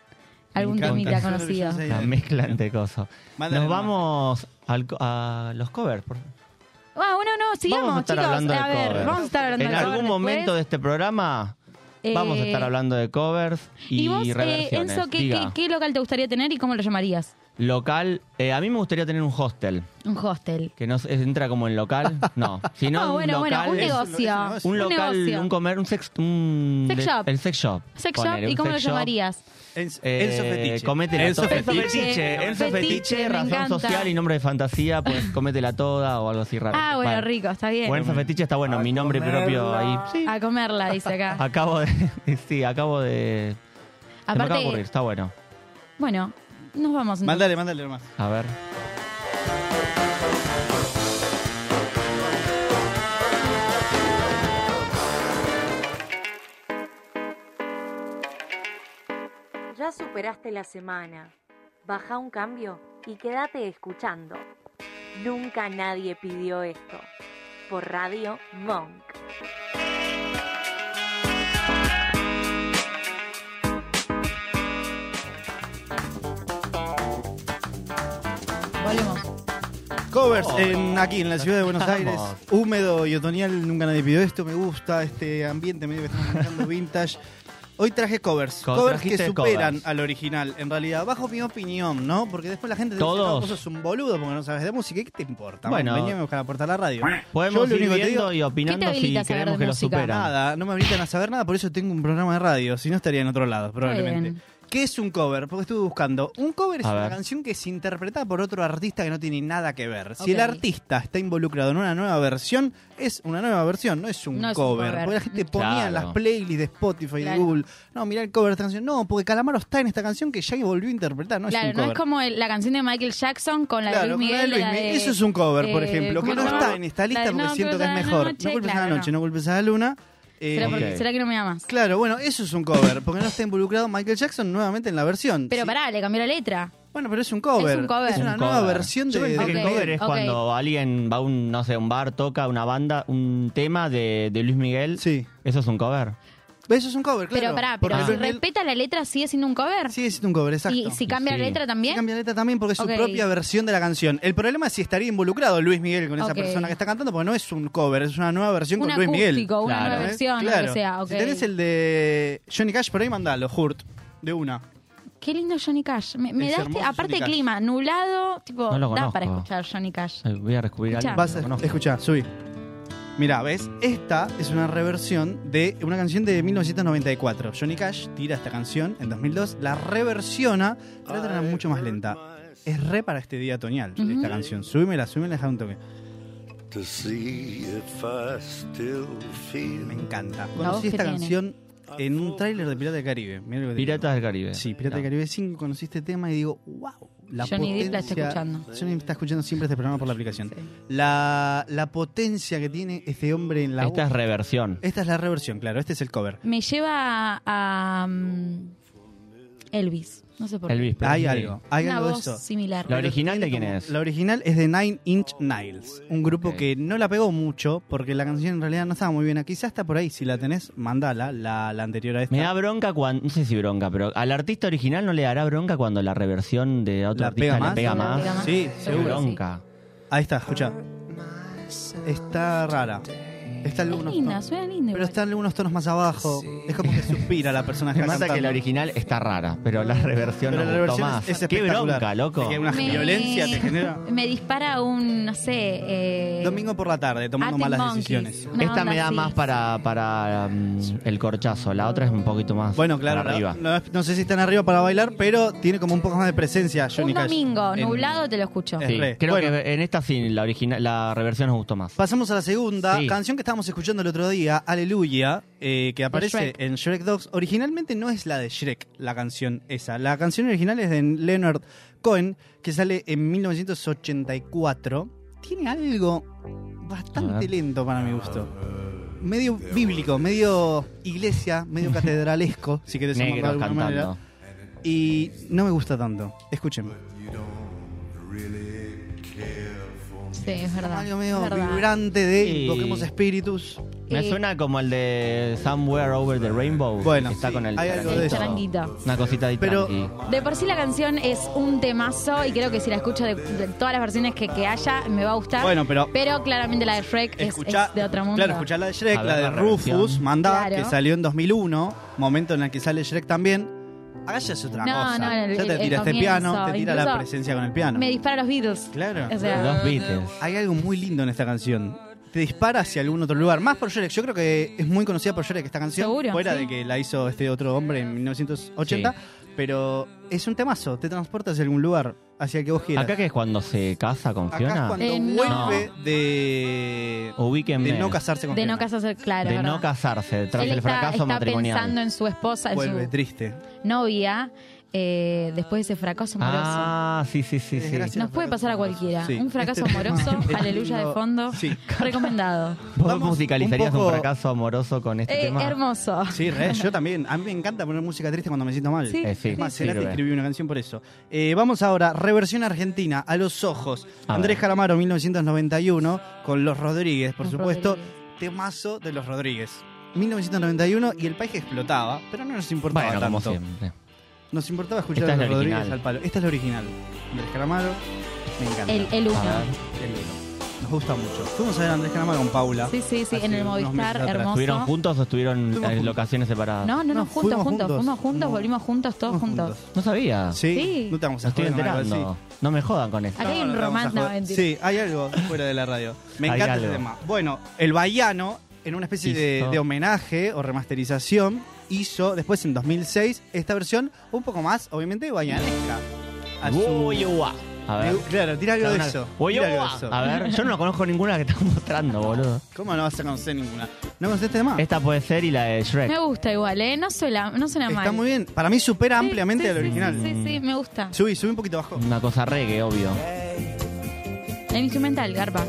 Speaker 2: algún
Speaker 3: encanta.
Speaker 2: temita
Speaker 3: Claro que
Speaker 2: conocido.
Speaker 3: yo sé.
Speaker 1: poner. La mezcla entre cosas.
Speaker 3: Mándale
Speaker 1: Nos
Speaker 3: nomás.
Speaker 1: vamos al co- a los covers. por-
Speaker 2: Ah, bueno, no, sigamos,
Speaker 1: vamos a estar
Speaker 2: chicos.
Speaker 1: hablando de
Speaker 2: a ver,
Speaker 1: covers.
Speaker 2: vamos a estar hablando
Speaker 1: en
Speaker 2: de covers
Speaker 1: algún momento de
Speaker 2: después.
Speaker 1: este programa vamos a
Speaker 2: Eh,
Speaker 1: estar hablando de covers y,
Speaker 2: Y vos, eh,
Speaker 1: reversiones.
Speaker 2: Enzo, ¿qué,
Speaker 1: Diga,
Speaker 2: qué- qué local te gustaría tener y cómo lo llamarías?
Speaker 1: local, eh, a mí me gustaría tener un hostel
Speaker 2: Un hostel.
Speaker 1: que no s- entra como en local, no,
Speaker 2: <laughs>
Speaker 1: sino
Speaker 2: Ah,
Speaker 1: un
Speaker 2: bueno,
Speaker 1: local,
Speaker 2: bueno, un
Speaker 3: es-
Speaker 2: negocio.
Speaker 3: es
Speaker 1: un local,
Speaker 2: negocio.
Speaker 1: un comer, un sex, un
Speaker 2: Sex
Speaker 1: de-
Speaker 2: shop.
Speaker 1: el sex shop.
Speaker 2: Sex
Speaker 1: Ponele,
Speaker 2: shop, ¿y
Speaker 1: un
Speaker 2: cómo lo
Speaker 1: sex shop.
Speaker 2: llamarías?
Speaker 3: Enzo,
Speaker 1: Eh,
Speaker 3: Enzo Fetiche.
Speaker 1: cométela toda.
Speaker 2: Fetiche.
Speaker 1: Enzo Fetiche,
Speaker 2: Fetiche, me
Speaker 1: razón
Speaker 2: encanta.
Speaker 1: social y nombre de fantasía, pues
Speaker 2: <laughs>
Speaker 1: cométela toda o algo así raro.
Speaker 2: Ah, bueno,
Speaker 1: Vale.
Speaker 2: rico, está bien.
Speaker 1: O Enzo Fetiche está bueno, mi nombre propio ahí. Sí,
Speaker 2: A comerla, dice
Speaker 1: <laughs>
Speaker 2: acá.
Speaker 1: acabo de. <laughs> Sí, acabo de. se me acaba de ocurrir,
Speaker 2: Aparte,
Speaker 1: está bueno.
Speaker 2: bueno, nos vamos. entonces.
Speaker 3: Mándale, mándale nomás.
Speaker 1: A ver.
Speaker 4: Ya superaste la semana. Baja un cambio y quédate escuchando. Nunca nadie pidió esto. Por Radio Monk.
Speaker 2: Volvemos.
Speaker 3: Covers
Speaker 1: Oh,
Speaker 3: en, aquí en la ciudad de Buenos Aires.
Speaker 1: Vamos.
Speaker 3: Húmedo y otoñal, nunca nadie pidió esto, me gusta este ambiente medio que estamos
Speaker 1: <laughs>
Speaker 3: manejando vintage. Hoy traje covers,
Speaker 1: Co-
Speaker 3: covers que
Speaker 1: trajiste
Speaker 3: superan
Speaker 1: covers.
Speaker 3: al original, en realidad, bajo mi opinión, ¿no? Porque después la gente te dice,
Speaker 1: Todos.
Speaker 3: no, vos sos un boludo porque no sabes de música, ¿qué te importa?
Speaker 1: Bueno.
Speaker 3: Vení a buscar a la puerta de la radio.
Speaker 1: Podemos
Speaker 3: Yo lo
Speaker 1: ir
Speaker 3: único que te
Speaker 1: viendo
Speaker 3: digo-
Speaker 1: y opinando si
Speaker 2: habilita a saber
Speaker 1: creemos
Speaker 2: de
Speaker 1: que lo
Speaker 2: música?
Speaker 1: superan.
Speaker 3: Nada, no me habilitan a saber nada, por eso tengo un programa de radio, si no estaría en otro lado, probablemente.
Speaker 2: bien.
Speaker 3: ¿Qué es un cover? Porque estuve buscando. Un cover es
Speaker 1: A
Speaker 3: una
Speaker 1: ver.
Speaker 3: canción que se interpreta por otro artista que no tiene nada que ver. Si el
Speaker 2: Ok.
Speaker 3: artista está involucrado en una nueva versión, es una nueva versión, no es un,
Speaker 2: No es un
Speaker 3: cover.
Speaker 2: cover.
Speaker 3: Porque la gente ponía en
Speaker 1: Claro.
Speaker 3: las playlists de Spotify, de
Speaker 2: Claro.
Speaker 3: Google, no, mirá el cover de esta canción. No, porque Calamaro está en esta canción que Shaggy volvió a interpretar, no
Speaker 2: claro,
Speaker 3: es un cover.
Speaker 2: no es como el- la canción de Michael Jackson con la de
Speaker 3: Claro,
Speaker 2: Luis
Speaker 3: con la de
Speaker 2: Miguel.
Speaker 3: Luis
Speaker 2: la
Speaker 3: Miguel.
Speaker 2: de-
Speaker 3: Eso es un cover, por
Speaker 2: eh,
Speaker 3: ejemplo, que
Speaker 2: ¿cómo
Speaker 3: no
Speaker 2: se llama?
Speaker 3: está en esta
Speaker 2: La
Speaker 3: lista
Speaker 2: de
Speaker 3: porque
Speaker 2: No
Speaker 3: siento que es
Speaker 2: culpes a la
Speaker 3: mejor.
Speaker 2: noche,
Speaker 3: no culpes a
Speaker 2: claro,
Speaker 3: la noche,
Speaker 2: no.
Speaker 3: no culpes a la luna. Eh,
Speaker 2: ¿Será, porque-
Speaker 1: Ok.
Speaker 2: será que no me amas?
Speaker 3: Claro, bueno, eso es un cover, porque no está involucrado Michael Jackson nuevamente en la versión.
Speaker 2: Pero
Speaker 3: Sí.
Speaker 2: pará, le cambió la letra.
Speaker 3: Bueno, pero es un cover.
Speaker 2: Es un cover.
Speaker 3: una
Speaker 1: Un
Speaker 3: nueva
Speaker 1: cover.
Speaker 3: versión
Speaker 1: Yo
Speaker 3: de...
Speaker 1: pensé que
Speaker 2: Ok,
Speaker 1: el cover es
Speaker 2: ok.
Speaker 1: cuando alguien va a un, no sé, un bar, toca una banda, un tema de, de Luis Miguel.
Speaker 3: Sí.
Speaker 1: Eso es un cover.
Speaker 3: Eso es un cover, claro.
Speaker 2: Pero pará,
Speaker 3: Porque
Speaker 2: pero si
Speaker 3: Luis Miguel-
Speaker 2: respeta la letra, ¿sigue siendo un cover?
Speaker 3: Sí, es un cover, exacto.
Speaker 2: ¿Y si cambia
Speaker 1: Sí.
Speaker 2: la letra
Speaker 3: Sí,
Speaker 2: también?
Speaker 3: Cambia la letra también porque es
Speaker 2: Ok.
Speaker 3: su propia versión de la canción. El problema es si estaría involucrado Luis Miguel con esa
Speaker 2: Ok.
Speaker 3: persona que está cantando, porque no es un cover, es una nueva versión
Speaker 2: Un
Speaker 3: con Luis Miguel.
Speaker 2: acústico, una
Speaker 1: Claro.
Speaker 2: nueva
Speaker 3: ¿Eh?
Speaker 2: versión, lo
Speaker 3: Claro.
Speaker 2: que sea. ok.
Speaker 3: Si tenés el de Johnny Cash, por ahí mandalo, Hurt, de una.
Speaker 2: Qué lindo Johnny Cash. Me, me
Speaker 3: Es
Speaker 2: da
Speaker 3: hermoso
Speaker 2: este, aparte
Speaker 3: Johnny Cash.
Speaker 2: clima, nublado, tipo,
Speaker 1: No lo
Speaker 2: da
Speaker 1: conozco.
Speaker 2: para escuchar Johnny Cash.
Speaker 1: Eh, Voy a descubrir
Speaker 2: Escuchá.
Speaker 1: algo.
Speaker 3: Vas a
Speaker 1: que no conozco.
Speaker 3: escuchar, subí. Mirá, ¿ves? Esta es una reversión de una canción de 1994. Johnny Cash tira esta canción en 2002, la reversiona, la letra era mucho más lenta. Es re para este día otoñal,
Speaker 2: Ujú.
Speaker 3: esta canción. Subímela, subímela, deja un toque.
Speaker 5: to see if I still feel
Speaker 3: Me encanta.
Speaker 2: La voz
Speaker 3: Conocí
Speaker 2: que
Speaker 3: esta
Speaker 2: tiene.
Speaker 3: canción en un tráiler de Pirata del Caribe. Mirá lo que te digo.
Speaker 1: Piratas del Caribe.
Speaker 3: Sí, Pirata del
Speaker 1: No.
Speaker 3: Caribe 5, conocí este tema y digo, wow, la
Speaker 2: Johnny Depp la está
Speaker 3: potencia-
Speaker 2: escuchando.
Speaker 3: Johnny Depp está escuchando siempre este programa por la aplicación.
Speaker 2: Sí.
Speaker 3: La, la potencia que tiene este hombre en la
Speaker 1: Esta es reversión.
Speaker 3: Esta es la reversión, claro, este es el cover.
Speaker 2: Me lleva a, a, mm, Elvis. No sé por qué.
Speaker 1: Elvis
Speaker 3: Hay
Speaker 1: Presley.
Speaker 3: algo, hay
Speaker 2: Una
Speaker 3: algo de
Speaker 2: voz
Speaker 3: eso.
Speaker 2: similar.
Speaker 1: La
Speaker 3: Pero
Speaker 1: original de
Speaker 3: tiene
Speaker 1: quién
Speaker 3: como-
Speaker 1: es.
Speaker 3: La original es de Nine Inch Nails, un grupo
Speaker 1: Ok.
Speaker 3: que no la pegó mucho porque la canción en realidad no estaba muy bien. Quizás está por ahí, si la tenés, mandala, la, la anterior a esta.
Speaker 1: Me da bronca cuando. No sé si bronca, pero al artista original no le dará bronca cuando la reversión de otro
Speaker 3: ¿La
Speaker 1: artista
Speaker 3: pega
Speaker 1: le
Speaker 3: más?
Speaker 2: La
Speaker 1: pega más.
Speaker 2: pega más.
Speaker 3: Sí,
Speaker 1: Qué
Speaker 3: seguro.
Speaker 2: sí.
Speaker 1: bronca.
Speaker 3: Ahí está, escucha. Está rara. Está en
Speaker 2: Es
Speaker 3: algunos
Speaker 2: linda,
Speaker 3: tonos-
Speaker 2: suena linda.
Speaker 3: Pero
Speaker 2: igual.
Speaker 3: está en algunos tonos más abajo. Es como que suspira la persona que
Speaker 1: Me
Speaker 3: está
Speaker 1: mata que la
Speaker 3: cantando.
Speaker 1: original está rara, pero la reversión
Speaker 3: Pero
Speaker 1: no
Speaker 3: la
Speaker 1: gustó
Speaker 3: reversión
Speaker 1: más.
Speaker 3: es- es
Speaker 1: Qué
Speaker 3: espectacular.
Speaker 1: bronca, loco.
Speaker 3: Que una violencia te genera.
Speaker 2: Me dispara un, no sé. Eh,
Speaker 3: Domingo por la tarde, tomando
Speaker 2: Arctic
Speaker 3: malas
Speaker 2: Monkeys.
Speaker 3: decisiones.
Speaker 2: Una
Speaker 1: Esta
Speaker 2: onda
Speaker 1: me da
Speaker 2: así.
Speaker 1: más para, para mm, el corchazo, la otra es un poquito más
Speaker 3: Bueno, claro,
Speaker 1: para arriba.
Speaker 3: No, no- no sé si están arriba para bailar, pero tiene como un poco más de presencia Johnny
Speaker 2: Un
Speaker 3: Cash.
Speaker 2: domingo,
Speaker 3: En-
Speaker 2: nublado, te lo escucho.
Speaker 3: Eh.
Speaker 1: Sí,
Speaker 3: re.
Speaker 1: creo
Speaker 3: Bueno.
Speaker 1: que en esta sí, la original, la reversión nos gustó más.
Speaker 3: Pasamos a la segunda
Speaker 1: Sí.
Speaker 3: canción que estábamos escuchando el otro día, Aleluya, eh, que aparece
Speaker 2: Shrek.
Speaker 3: en Shrek Dogs. Originalmente no es la de Shrek, la canción esa. La canción original es de Leonard Cohen, que sale en 1984. Tiene algo
Speaker 1: A
Speaker 3: bastante
Speaker 1: ver.
Speaker 3: lento para mi gusto. Medio bíblico, medio iglesia,
Speaker 1: <laughs>
Speaker 3: medio catedralesco, si querés llamarlo de
Speaker 1: Negros
Speaker 3: alguna manera.
Speaker 1: cantando.
Speaker 3: Y no me gusta tanto. Escuchen.
Speaker 2: Sí, es verdad.
Speaker 3: Algo medio
Speaker 2: es verdad.
Speaker 3: vibrante de
Speaker 1: Sí.
Speaker 3: Invoquemos Espíritus.
Speaker 1: Me
Speaker 2: Eh.
Speaker 1: suena como el de Somewhere Over the Rainbow.
Speaker 3: Bueno,
Speaker 1: que está
Speaker 3: sí,
Speaker 1: con el
Speaker 3: hay algo de
Speaker 2: El
Speaker 3: eso.
Speaker 2: charanguito.
Speaker 1: Una cosita de
Speaker 3: Pero-
Speaker 1: tranqui.
Speaker 2: De por sí la canción es un temazo y creo que si la escucho de, de todas las versiones que, que haya me va a gustar.
Speaker 3: Bueno, pero-
Speaker 2: Pero claramente la de Shrek es,
Speaker 3: Escuchá-
Speaker 2: es de otro mundo.
Speaker 3: Claro, escuchá la de Shrek,
Speaker 1: A ver
Speaker 3: la de
Speaker 1: la reversión.
Speaker 3: Rufus, Mandá,
Speaker 2: Claro.
Speaker 3: que salió en 2001, momento en el que sale Shrek también. Acá ya es otra
Speaker 2: No,
Speaker 3: cosa.
Speaker 2: no, el-
Speaker 3: ya te
Speaker 2: el-
Speaker 3: tira
Speaker 2: el
Speaker 3: este piano,
Speaker 2: comienzo,
Speaker 3: te tira la
Speaker 2: incluso
Speaker 3: presencia con el piano.
Speaker 2: Me dispara los Beatles.
Speaker 3: Claro.
Speaker 2: O sea,
Speaker 1: Los Beatles.
Speaker 3: Hay algo muy lindo en esta canción. Te dispara hacia algún otro lugar. Más por Shrek. Yo creo que es muy conocida por Shrek esta canción.
Speaker 2: Seguro,
Speaker 3: Fuera
Speaker 2: sí.
Speaker 3: de que la hizo este otro hombre en 1980. Pero es un temazo. Te transporta hacia algún lugar, hacia el que vos quieras.
Speaker 1: Acá que es cuando se casa con
Speaker 3: Acá es
Speaker 1: Fiona.
Speaker 3: cuando
Speaker 2: Eh, no.
Speaker 3: vuelve de,
Speaker 1: Oh, Ubíquenme.
Speaker 3: de no casarse con
Speaker 2: de no
Speaker 3: Fiona.
Speaker 2: casarse, claro.
Speaker 1: De
Speaker 2: ¿verdad?
Speaker 1: no casarse tras
Speaker 2: Él
Speaker 1: el
Speaker 2: está,
Speaker 1: fracaso
Speaker 2: está
Speaker 1: matrimonial.
Speaker 2: pensando en su esposa, en
Speaker 3: Vuelve
Speaker 2: su
Speaker 3: triste.
Speaker 2: novia, eh, después de ese fracaso amoroso.
Speaker 1: Ah, sí, sí, sí, sí.
Speaker 3: Desgracia.
Speaker 2: Nos puede pasar a cualquiera.
Speaker 3: Sí.
Speaker 2: Un fracaso
Speaker 3: Este tema
Speaker 2: amoroso,
Speaker 3: es
Speaker 2: aleluya de
Speaker 3: lindo.
Speaker 2: fondo,
Speaker 3: Sí.
Speaker 2: recomendado.
Speaker 3: <laughs>
Speaker 1: ¿Vos
Speaker 3: Vamos
Speaker 1: musicalizarías un,
Speaker 3: un poco-
Speaker 1: fracaso amoroso con este
Speaker 2: Eh,
Speaker 1: tema?
Speaker 2: hermoso.
Speaker 3: Sí, re, yo también. A mí me encanta poner música triste cuando me siento mal.
Speaker 2: Sí.
Speaker 1: Eh, sí,
Speaker 3: Es este más,
Speaker 1: sirve.
Speaker 3: Cerati escribió una canción por eso. Eh, vamos ahora, reversión argentina, a los ojos.
Speaker 1: A
Speaker 3: Andrés
Speaker 1: ver.
Speaker 3: Calamaro, 1991, con Los Rodríguez, por
Speaker 2: Los
Speaker 3: supuesto.
Speaker 2: Rodríguez.
Speaker 3: Temazo de Los Rodríguez. 1991 y el país que explotaba, pero no nos importaba
Speaker 1: Bueno, como
Speaker 3: tanto.
Speaker 1: siempre.
Speaker 3: Nos importaba escuchar
Speaker 1: Esta
Speaker 3: a
Speaker 1: es
Speaker 3: Los
Speaker 1: la
Speaker 3: Rodríguez
Speaker 1: original.
Speaker 3: al palo. Esta es la original. Andrés Calamaro, me encanta.
Speaker 2: El, el
Speaker 1: A
Speaker 2: uno.
Speaker 1: ver.
Speaker 3: El uno. Nos gusta mucho. Fuimos a ver a Andrés Calamaro con Paula.
Speaker 2: Sí, sí, sí,
Speaker 3: hace
Speaker 2: en el
Speaker 3: unos
Speaker 2: Movistar,
Speaker 3: meses atrás.
Speaker 2: hermoso.
Speaker 1: ¿Estuvieron juntos o estuvieron
Speaker 3: Estuvimos
Speaker 1: en
Speaker 3: juntos.
Speaker 1: locaciones separadas?
Speaker 2: No, no,
Speaker 3: No,
Speaker 2: no, juntos,
Speaker 3: fuimos
Speaker 2: juntos,
Speaker 3: juntos.
Speaker 2: fuimos juntos,
Speaker 3: No.
Speaker 2: volvimos juntos, todos
Speaker 3: Fuimos
Speaker 2: juntos. Ah.
Speaker 1: No sabía.
Speaker 3: Sí.
Speaker 2: Sí.
Speaker 3: No te vamos a
Speaker 1: No estoy
Speaker 3: joder con algo así.
Speaker 1: enterando. No me jodan con esto.
Speaker 2: Acá hay un
Speaker 3: No, no, vamos a
Speaker 2: romance, no,
Speaker 3: joder.
Speaker 2: mentira.
Speaker 3: Sí, hay algo fuera de la radio. Me
Speaker 1: Hay
Speaker 3: encanta
Speaker 1: algo.
Speaker 3: ese tema. Bueno, el Bahiano, en una especie de,
Speaker 1: Hizo.
Speaker 3: de homenaje o remasterización, hizo después en 2006 esta versión un poco más, obviamente, bahianesca. A su-
Speaker 1: A ver.
Speaker 3: Claro, tira algo de eso.
Speaker 1: Voy
Speaker 3: tira algo de eso.
Speaker 1: A ver, yo no conozco ninguna que estás mostrando, boludo.
Speaker 3: ¿Cómo no vas a conocer ninguna? ¿No conoces este tema?
Speaker 1: Esta puede ser y la de
Speaker 2: Me
Speaker 1: Shrek.
Speaker 2: gusta igual, ¿eh? No suena, no suena mal.
Speaker 3: Está muy bien. Para mí supera
Speaker 2: Sí,
Speaker 3: ampliamente
Speaker 2: sí,
Speaker 3: al
Speaker 2: sí,
Speaker 3: original.
Speaker 2: Sí, sí, sí, me gusta.
Speaker 3: Subí, subí un poquito abajo.
Speaker 1: Una cosa reggae, obvio.
Speaker 2: El instrumental, Garpa.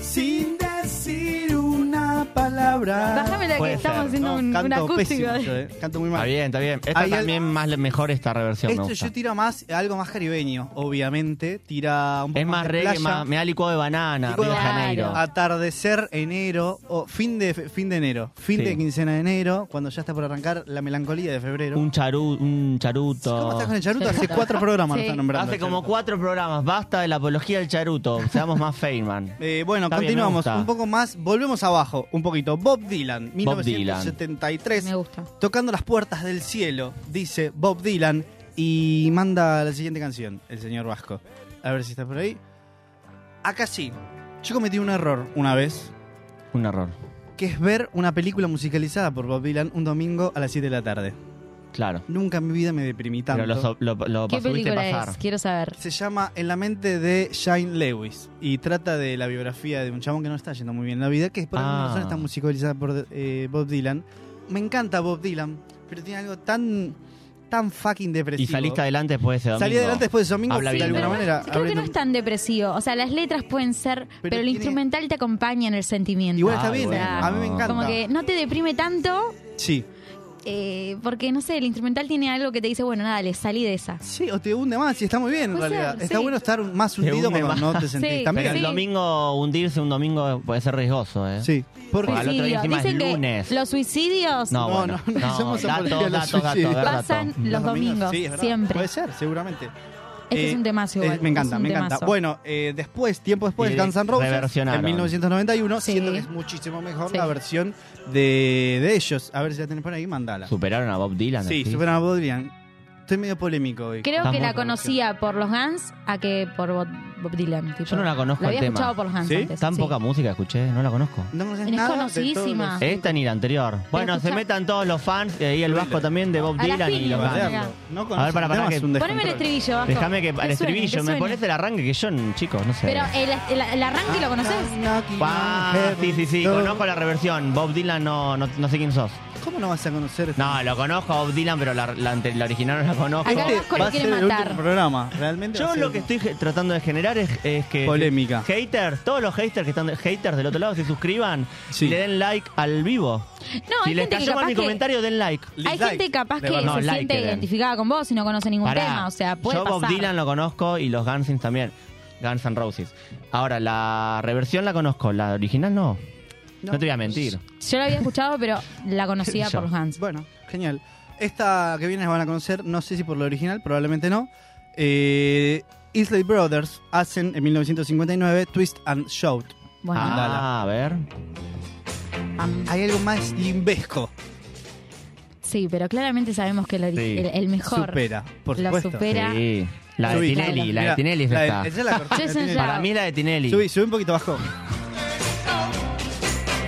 Speaker 3: Sin decir una palabra.
Speaker 2: Bájame la
Speaker 1: puede
Speaker 2: que estamos
Speaker 1: ser.
Speaker 2: haciendo
Speaker 3: Ah, No,
Speaker 2: un, un
Speaker 3: canto
Speaker 2: acústico.
Speaker 3: pésimo yo, eh. Canto muy mal.
Speaker 1: Está bien, está bien. Esta
Speaker 3: Hay al-
Speaker 1: también más mejor esta reversión. me
Speaker 3: Esto
Speaker 1: gusta.
Speaker 3: yo tiro más, algo más caribeño, obviamente. Tira un poco
Speaker 1: Es más
Speaker 3: de
Speaker 1: reggae,
Speaker 3: playa.
Speaker 1: más, me da licuado de banana,
Speaker 3: Licuado
Speaker 1: Río de
Speaker 2: de banana.
Speaker 1: Janeiro.
Speaker 3: Atardecer, enero, o fin de, fin de enero, fin
Speaker 1: Sí.
Speaker 3: de quincena de enero, cuando ya está por arrancar la melancolía de febrero.
Speaker 1: Un, charu, un charuto.
Speaker 3: ¿Cómo estás con el charuto? Hace
Speaker 2: Charuto.
Speaker 3: cuatro programas lo
Speaker 2: Sí.
Speaker 3: están nombrando.
Speaker 1: Hace
Speaker 3: el
Speaker 1: como
Speaker 3: charuto.
Speaker 1: cuatro programas. Basta de la apología del charuto. Seamos más Feynman.
Speaker 3: Eh, bueno,
Speaker 1: Está bien, me
Speaker 3: continuamos
Speaker 1: gusta.
Speaker 3: un poco más, volvemos abajo un poquito. Bob Dylan,
Speaker 1: Bob Dylan.
Speaker 3: 1973,
Speaker 2: Me gusta.
Speaker 3: tocando las puertas del cielo, dice Bob Dylan y manda la siguiente canción, el señor Vasco. A ver si está por ahí. Acá sí, yo cometí un error una vez,
Speaker 1: Un error.
Speaker 3: que es ver una película musicalizada por Bob Dylan un domingo a las 7 de la tarde.
Speaker 1: Claro.
Speaker 3: Nunca en mi vida me deprimí tanto.
Speaker 1: Pero lo, so- lo, lo
Speaker 2: ¿Qué
Speaker 1: subiste
Speaker 2: película
Speaker 1: pasar.
Speaker 2: es? Quiero saber.
Speaker 3: Se llama En la mente de Shine Lewis y trata de la biografía de un chabón que no está yendo muy bien en la vida, que por alguna
Speaker 1: Ah.
Speaker 3: razón está musicalizada por eh, Bob Dylan. Me encanta Bob Dylan, pero tiene algo tan tan fucking depresivo.
Speaker 1: Y saliste adelante después de ese Este domingo.
Speaker 3: Salí adelante después de domingo
Speaker 1: Habla
Speaker 3: de
Speaker 1: bien,
Speaker 3: alguna
Speaker 1: ¿no?
Speaker 3: manera.
Speaker 2: Creo que
Speaker 3: abriendo-
Speaker 2: no es tan depresivo. O sea, las letras pueden ser, pero, el
Speaker 3: tiene-
Speaker 2: instrumental te acompaña en el sentimiento.
Speaker 3: Igual
Speaker 1: Ah,
Speaker 3: está bien, eh,
Speaker 1: bueno.
Speaker 3: a mí me encanta.
Speaker 2: Como que no te deprime tanto,
Speaker 3: Sí.
Speaker 2: eh, porque no sé, el instrumental tiene algo que te dice, bueno, nada, le salí de esa.
Speaker 3: Sí, o te hunde más y está muy bien en
Speaker 2: Puede
Speaker 3: realidad.
Speaker 2: ser,
Speaker 3: está
Speaker 2: sí.
Speaker 3: bueno estar más hundido
Speaker 1: hunde
Speaker 3: cuando no te sentís
Speaker 2: Sí,
Speaker 3: tan
Speaker 1: Pero
Speaker 3: bien.
Speaker 1: el
Speaker 2: Sí.
Speaker 1: domingo, hundirse un domingo puede ser riesgoso, ¿eh?
Speaker 3: Sí. Porque
Speaker 1: Al otro día encima es
Speaker 2: Dicen
Speaker 1: lunes.
Speaker 2: que los suicidios
Speaker 1: No,
Speaker 3: No,
Speaker 1: bueno.
Speaker 3: no, no somos
Speaker 1: datos,
Speaker 3: apología
Speaker 1: datos,
Speaker 3: del
Speaker 1: datos,
Speaker 3: suicidio.
Speaker 1: a ver, datos.
Speaker 2: pasan los domingos,
Speaker 3: sí, es verdad.
Speaker 2: siempre.
Speaker 3: Puede ser, seguramente.
Speaker 2: Este es un temazo igual,
Speaker 3: eh, me encanta,
Speaker 2: es un
Speaker 3: me encanta.
Speaker 2: temazo.
Speaker 3: Bueno, eh, después, tiempo después,
Speaker 1: Y
Speaker 3: Guns N' Roses,
Speaker 1: reversionaron.
Speaker 3: en 1991,
Speaker 2: Sí.
Speaker 3: siendo que es muchísimo mejor
Speaker 2: Sí.
Speaker 3: la versión de, de ellos. A ver si la tenés por ahí, mandala.
Speaker 1: Superaron a Bob Dylan.
Speaker 3: sí,
Speaker 1: así.
Speaker 3: superan a Bob Dylan. Estoy medio polémico hoy.
Speaker 2: Creo
Speaker 1: Estás
Speaker 2: que
Speaker 1: muy
Speaker 2: la conocía por los Guns a que por Bob, Bob Dylan. tipo.
Speaker 1: Yo no la conozco
Speaker 2: La había
Speaker 1: el tema.
Speaker 2: escuchado por los Guns
Speaker 3: ¿Sí?
Speaker 2: antes.
Speaker 1: Tan
Speaker 2: sí.
Speaker 1: poca música escuché, no la conozco.
Speaker 3: No conoces
Speaker 2: Es
Speaker 3: nada de
Speaker 2: conocidísima.
Speaker 3: todos
Speaker 1: Esta ni la anterior. Bueno, se
Speaker 2: escuchá-
Speaker 1: metan todos los fans eh, y el Vasco también de Bob
Speaker 2: A la
Speaker 1: Dylan y
Speaker 2: fin,
Speaker 1: los
Speaker 3: los-
Speaker 2: Vale.
Speaker 1: Guns.
Speaker 3: Leerlo. No conoces
Speaker 1: A ver, para, para,
Speaker 3: nada,
Speaker 1: que-
Speaker 3: es un
Speaker 2: Poneme el
Speaker 3: descontrol.
Speaker 2: estribillo, Vasco.
Speaker 1: Déjame que
Speaker 2: suene,
Speaker 1: al estribillo, me
Speaker 2: suene.
Speaker 1: pones el arranque que yo, chicos, no sé.
Speaker 2: Pero eh, el, el- el arranque lo conoces.
Speaker 1: Ah, sí, sí, sí,
Speaker 3: No.
Speaker 1: conozco la reversión. Bob Dylan no, no, no sé quién sos.
Speaker 3: ¿Cómo no vas a conocer este esta
Speaker 1: No, lo conozco a Bob Dylan, pero la, la ante- la original no la conozco.
Speaker 2: Acá
Speaker 3: Este
Speaker 2: Vasco lo
Speaker 3: va a
Speaker 2: quiere
Speaker 3: ser el
Speaker 2: matar.
Speaker 3: último programa, realmente. va
Speaker 1: Yo
Speaker 3: a ser
Speaker 1: lo que
Speaker 3: el-
Speaker 1: estoy ge- tratando de generar es, es que
Speaker 3: Polémica.
Speaker 1: haters, todos los haters que están de- haters del otro lado se suscriban
Speaker 3: Sí.
Speaker 1: y le den like al vivo.
Speaker 2: No,
Speaker 1: si
Speaker 2: hay
Speaker 1: les
Speaker 2: gente que
Speaker 1: cayó mal
Speaker 2: capaz
Speaker 1: mi
Speaker 2: que-
Speaker 1: comentario, den like.
Speaker 2: Hay
Speaker 3: Dislike.
Speaker 2: gente capaz
Speaker 3: Le
Speaker 2: que
Speaker 3: van-
Speaker 1: no,
Speaker 2: se
Speaker 1: like
Speaker 2: siente
Speaker 1: que den.
Speaker 2: identificada con vos y no conoce ningún
Speaker 1: Pará,
Speaker 2: tema. O sea, puede
Speaker 1: yo
Speaker 2: pasar.
Speaker 1: Bob Dylan lo conozco y los Guns N' también. Guns N' Roses. Ahora, la reversión la conozco, la original no. No, te voy a mentir.
Speaker 2: Yo la había escuchado, pero la conocía
Speaker 1: Yo.
Speaker 2: por los Guns.
Speaker 3: Bueno, genial. Esta que viene la van a conocer, no sé si por lo original, probablemente no. Eh, Isley Brothers hacen en 1959 Twist and Shout.
Speaker 2: Bueno,
Speaker 1: ah, a ver.
Speaker 3: Hay algo más limbesco.
Speaker 2: sí, pero claramente sabemos que el, ori-
Speaker 1: Sí.
Speaker 2: el, el mejor.
Speaker 3: Supera, por
Speaker 2: Lo
Speaker 3: supuesto.
Speaker 2: supera. Era-
Speaker 1: Sí. La de
Speaker 3: Subí.
Speaker 1: Tinelli, la
Speaker 3: Mirá,
Speaker 1: de Tinelli es
Speaker 3: la de-
Speaker 1: esta.
Speaker 3: esa
Speaker 2: <laughs>
Speaker 3: es la cortina de
Speaker 2: Twist and
Speaker 3: Tinelli.
Speaker 1: Para mí es la de Tinelli.
Speaker 3: Subí, subí un poquito bajo.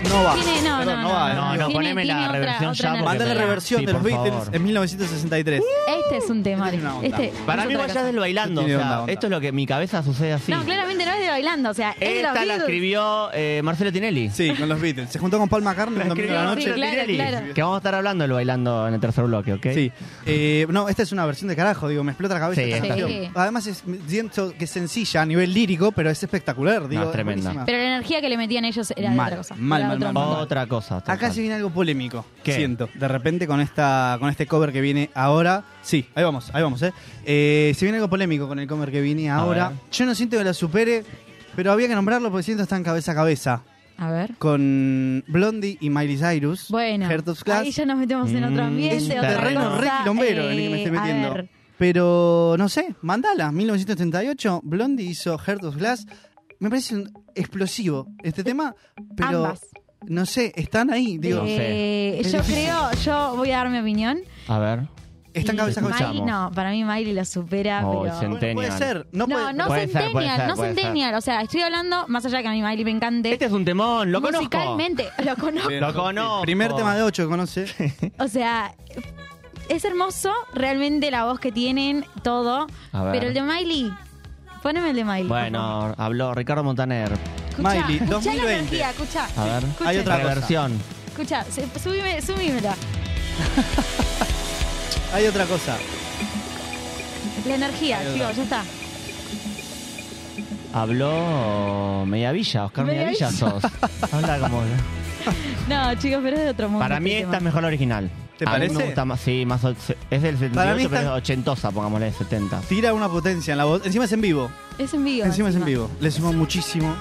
Speaker 3: No va.
Speaker 2: Tiene- no,
Speaker 3: Perdón,
Speaker 2: no,
Speaker 3: no va,
Speaker 2: no,
Speaker 3: no,
Speaker 1: No,
Speaker 3: no.
Speaker 1: no,
Speaker 2: Tiene-
Speaker 1: poneme
Speaker 2: tiene
Speaker 1: la
Speaker 2: otra-
Speaker 1: reversión
Speaker 2: otra
Speaker 1: ya.
Speaker 2: energía.
Speaker 1: porque
Speaker 3: Mandá la
Speaker 1: me-
Speaker 3: reversión
Speaker 1: sí,
Speaker 3: de los
Speaker 1: por
Speaker 3: Beatles
Speaker 1: favor.
Speaker 3: en 1963.
Speaker 2: Este es un tema.
Speaker 3: Este tiene una onda.
Speaker 2: Este,
Speaker 1: Para
Speaker 2: es
Speaker 1: mí
Speaker 2: otra
Speaker 1: vos ya
Speaker 2: cosa.
Speaker 1: desbailando.
Speaker 3: Tiene
Speaker 1: O
Speaker 3: onda,
Speaker 1: sea,
Speaker 3: onda.
Speaker 1: esto es lo que en mi cabeza sucede así.
Speaker 2: No, claramente no es de bailando, o sea, es de los
Speaker 1: Esta la
Speaker 2: Beatles.
Speaker 1: escribió eh, Marcelo Tinelli.
Speaker 3: Sí, con los Beatles. Se juntó con Paul McCartney un domingo a la
Speaker 2: escribió
Speaker 3: noche.
Speaker 2: Sí, claro,
Speaker 1: Tinelli.
Speaker 2: claro.
Speaker 1: Que vamos a estar hablando del bailando en el tercer bloque, ¿ok?
Speaker 3: Sí. Eh, no, esta es una versión de carajo, digo, me explota la cabeza.
Speaker 1: Sí,
Speaker 3: esta
Speaker 2: es
Speaker 3: canción.
Speaker 2: verdad.
Speaker 3: Además, es, siento que es sencilla a nivel lírico, pero es espectacular, digo.
Speaker 1: es
Speaker 3: es
Speaker 1: tremenda.
Speaker 3: buenísima.
Speaker 2: Pero la energía que le metían ellos era de
Speaker 3: Mal,
Speaker 2: otra cosa.
Speaker 3: mal,
Speaker 2: era
Speaker 3: mal,
Speaker 2: otro
Speaker 3: mal,
Speaker 2: mundo.
Speaker 1: Otra cosa. otra
Speaker 3: Acá
Speaker 1: cosa.
Speaker 3: se viene algo polémico,
Speaker 1: ¿Qué?
Speaker 3: siento. De repente con esta con este cover que viene ahora. Sí, ahí vamos, ahí vamos, ¿eh? Eh, se viene algo polémico con el cover que viene
Speaker 1: A
Speaker 3: ahora.
Speaker 1: ver.
Speaker 3: Yo no siento que la supere, pero había que nombrarlo porque siento que están cabeza a cabeza.
Speaker 2: A ver.
Speaker 3: Con Blondie y Miley Cyrus.
Speaker 2: Bueno,
Speaker 3: Heart of Glass.
Speaker 2: ahí ya nos metemos en
Speaker 1: Mm,
Speaker 2: otro ambiente,
Speaker 3: Es un
Speaker 2: otra
Speaker 3: terreno
Speaker 2: cosa.
Speaker 3: re quilombero en el que me
Speaker 2: Eh,
Speaker 3: estoy
Speaker 2: a
Speaker 3: metiendo.
Speaker 2: ver.
Speaker 3: Pero, no sé, mandala, 1978, Blondie hizo Heart of Glass. Me parece un explosivo este tema, pero
Speaker 2: Ambas.
Speaker 3: no sé, están ahí, digo,
Speaker 1: Sí.
Speaker 2: Eh,
Speaker 3: Es
Speaker 2: yo
Speaker 3: difícil.
Speaker 2: creo, yo voy a dar mi opinión.
Speaker 1: A ver.
Speaker 3: están
Speaker 2: Y
Speaker 3: cabeza a
Speaker 2: Miley-
Speaker 3: cabeza.
Speaker 1: Escuchamos.
Speaker 2: No, para mí Miley la supera,
Speaker 1: Oh,
Speaker 2: pero...
Speaker 1: sen-
Speaker 3: Bueno, puede
Speaker 1: Centennial.
Speaker 3: ser,
Speaker 2: No,
Speaker 3: no puede
Speaker 2: no
Speaker 1: Puede ser,
Speaker 2: centennial,
Speaker 1: puede ser,
Speaker 2: no
Speaker 1: puede ser.
Speaker 2: centennial. O sea, estoy hablando, más allá de que a mí Miley me encante,
Speaker 1: Este es un temón, lo conozco.
Speaker 2: musicalmente <laughs> lo conozco.
Speaker 1: Lo conozco.
Speaker 3: Primer tema de 8
Speaker 1: <laughs>
Speaker 3: que conoce.
Speaker 2: O sea, es hermoso realmente la voz que tienen, todo.
Speaker 1: A ver.
Speaker 2: Pero el de Miley, poneme el de Miley.
Speaker 1: Bueno, habló Ricardo Montaner.
Speaker 2: por favor.
Speaker 3: Miley,
Speaker 2: escuchá
Speaker 3: 2020.
Speaker 2: la energía, escucha.
Speaker 1: A ver.
Speaker 3: Hay otra cosa.
Speaker 1: versión.
Speaker 2: Escucha, subime, subímela.
Speaker 3: Hay otra cosa.
Speaker 2: La energía,
Speaker 3: Hay
Speaker 2: digo,
Speaker 3: otra.
Speaker 2: ya está.
Speaker 1: Habló Mediavilla, Oscar Mediavilla
Speaker 2: Mediavilla.
Speaker 3: <laughs>
Speaker 1: sos. Habla como.
Speaker 2: No, chicos, pero es de otro mundo.
Speaker 1: Para mí
Speaker 2: este
Speaker 1: esta es
Speaker 2: tema.
Speaker 1: mejor la original.
Speaker 3: ¿Te
Speaker 1: A mí me
Speaker 3: parece?
Speaker 1: gusta más, sí, más o- es del 78,
Speaker 3: Para mí está-
Speaker 1: pero es ochentosa, pongámosle, 70.
Speaker 3: Tira una potencia en la voz. Encima es en vivo.
Speaker 2: Es en vivo.
Speaker 3: Encima es en vivo. Le sumó muchísimo.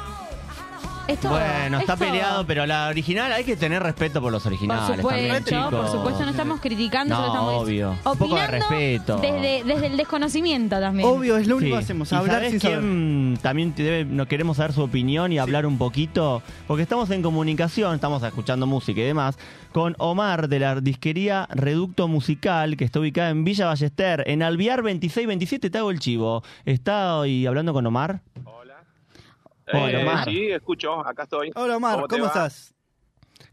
Speaker 2: Es todo,
Speaker 1: Bueno,
Speaker 2: es
Speaker 1: está
Speaker 2: todo.
Speaker 1: peleado, pero la original hay que tener respeto por los originales
Speaker 2: Por
Speaker 1: también,
Speaker 2: supuesto,
Speaker 1: chicos.
Speaker 2: por supuesto, no estamos criticando,
Speaker 1: No,
Speaker 2: solo estamos
Speaker 1: obvio.
Speaker 2: opinando
Speaker 1: Un poco de respeto.
Speaker 2: Desde, desde el desconocimiento también.
Speaker 3: Obvio, es lo único
Speaker 1: Sí.
Speaker 3: que hacemos,
Speaker 1: ¿Y
Speaker 3: hablar
Speaker 1: sabés
Speaker 3: sin saber.
Speaker 1: quién también te debe- no queremos saber su opinión y hablar un poquito? Porque estamos en comunicación, estamos escuchando música y demás, con Omar de la disquería Reducto Musical, que está ubicada en Villa Ballester, en Alviar 2627, te hago el chivo. ¿Está hoy hablando con Omar? Hola,
Speaker 6: Eh,
Speaker 1: Omar.
Speaker 6: sí, escucho, acá estoy.
Speaker 3: Hola Omar,
Speaker 6: ¿Cómo
Speaker 3: ¿cómo,
Speaker 6: te va?
Speaker 3: estás?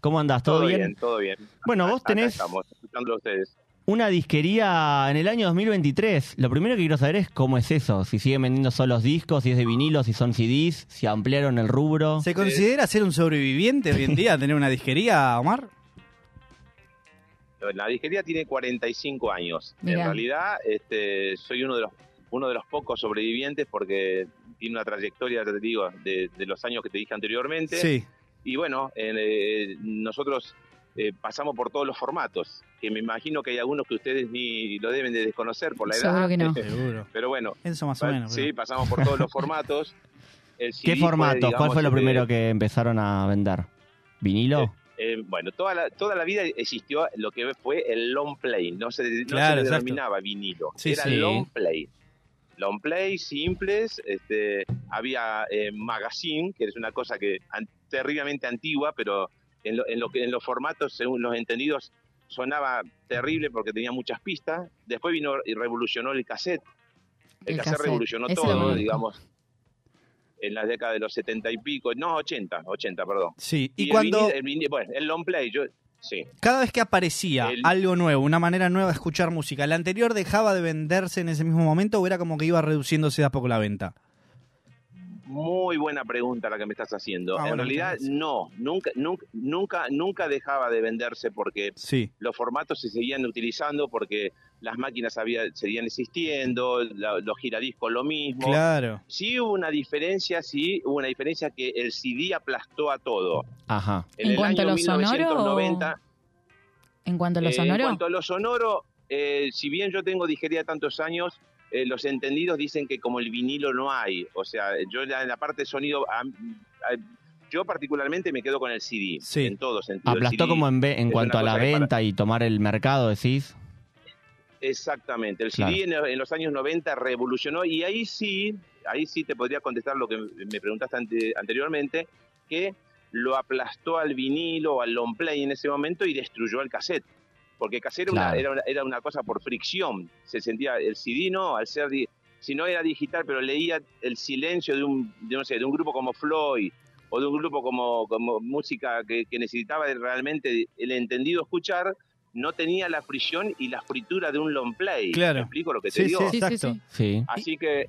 Speaker 1: ¿Cómo andás? ¿Todo, bien?
Speaker 6: Todo bien.
Speaker 1: Bueno,
Speaker 6: Acá
Speaker 1: vos tenés
Speaker 6: estamos escuchándolo a ustedes.
Speaker 1: una disquería en el año 2023. Lo primero que quiero saber es cómo es eso, si siguen vendiendo solos discos, si es de vinilo, si son CDs, si ampliaron el rubro.
Speaker 3: ¿Se considera ser un sobreviviente hoy en día, tener una disquería, Omar?
Speaker 6: La disquería tiene 45 años.
Speaker 2: Mirá.
Speaker 6: En realidad, este, soy uno de los uno de los pocos sobrevivientes porque tiene una trayectoria, te digo, de, de los años que te dije anteriormente.
Speaker 3: Sí.
Speaker 6: Y bueno, eh, eh, nosotros eh, pasamos por todos los formatos, que me imagino que hay algunos que ustedes ni lo deben de desconocer por la edad.
Speaker 2: Seguro que no.
Speaker 3: Seguro.
Speaker 6: <laughs> Pero bueno,
Speaker 3: Eso más o
Speaker 6: pa-
Speaker 3: menos.
Speaker 6: sí,
Speaker 3: pero-
Speaker 6: pasamos por todos los
Speaker 1: <laughs>
Speaker 6: formatos. El
Speaker 1: ¿Qué
Speaker 6: CD fue,
Speaker 1: formato? ¿Cuál
Speaker 6: digamos,
Speaker 1: fue lo
Speaker 6: este,
Speaker 1: primero que empezaron a vender? ¿Vinilo?
Speaker 6: Eh, Eh, bueno, toda la, toda la vida existió lo que fue el long play, no se, no
Speaker 3: Claro,
Speaker 6: se le
Speaker 3: exacto.
Speaker 6: denominaba vinilo,
Speaker 3: Sí,
Speaker 6: era
Speaker 1: sí.
Speaker 6: long play. Long play, simples, este, había eh, magazine, que es una cosa que an- terriblemente antigua, pero en, lo- en, lo que, en los formatos, según los entendidos, sonaba terrible porque tenía muchas pistas. Después vino y revolucionó el cassette. El,
Speaker 2: El
Speaker 6: cassette,
Speaker 2: cassette,
Speaker 6: revolucionó
Speaker 2: ese lo
Speaker 6: todo,
Speaker 2: conozco.
Speaker 6: digamos, en las décadas de los 70 y pico, no, 80, 80, perdón.
Speaker 3: Sí. Y,
Speaker 6: el
Speaker 3: cuando
Speaker 6: vinil- el vinil- bueno, el long play, yo, sí,
Speaker 3: cada vez que aparecía
Speaker 6: el-
Speaker 3: algo nuevo, una manera nueva de escuchar música, ¿la anterior dejaba de venderse en ese mismo momento o era como que iba reduciéndose de a poco la venta?
Speaker 6: muy buena pregunta la que me estás haciendo.
Speaker 3: Ah,
Speaker 6: en
Speaker 3: bueno,
Speaker 6: realidad,
Speaker 3: muchas gracias.
Speaker 6: no, nunca, nunca, nunca, nunca dejaba de venderse porque
Speaker 3: Sí.
Speaker 6: los formatos se seguían utilizando porque las máquinas había, seguían existiendo, la- los giradiscos lo mismo.
Speaker 3: Claro.
Speaker 6: Sí hubo una diferencia, sí hubo una diferencia que el CD aplastó a todo.
Speaker 1: Ajá.
Speaker 2: ¿En cuanto a lo sonoro o-
Speaker 6: 1990,
Speaker 2: En cuanto a lo
Speaker 6: Eh, En
Speaker 2: sonoro,
Speaker 6: cuanto a lo sonoro, eh, si bien yo tengo digería tantos años, eh, los entendidos dicen que como el vinilo no hay. O sea, yo la- en la parte de sonido, a- a- yo particularmente me quedo con el CD,
Speaker 3: Sí.
Speaker 6: en todo sentido. El
Speaker 1: ¿Aplastó
Speaker 6: CD
Speaker 1: como en, ve- en
Speaker 6: es
Speaker 1: cuanto a
Speaker 6: una
Speaker 1: la
Speaker 6: cosa que para-
Speaker 1: venta y tomar el mercado, decís?
Speaker 6: Exactamente, el
Speaker 1: Claro.
Speaker 6: CD en, en los años 90 revolucionó y ahí sí, ahí sí te podría contestar lo que me preguntaste ante- anteriormente, que lo aplastó al vinilo o al long play en ese momento y destruyó el cassette. Porque el cassette era una-
Speaker 1: Claro.
Speaker 6: era, una, era una cosa por fricción, se sentía el CD no, al ser, di- si no era digital, pero leía el silencio de un, de, no sé, de un grupo como Floyd o de un grupo como, como música que, que necesitaba realmente el entendido escuchar, no tenía la fricción y la fritura de un long play. ¿Me
Speaker 3: Claro.
Speaker 6: explico lo que te
Speaker 3: Sí, sí,
Speaker 6: digo?
Speaker 2: Sí, sí,
Speaker 3: exacto.
Speaker 2: sí.
Speaker 1: Sí.
Speaker 6: Así que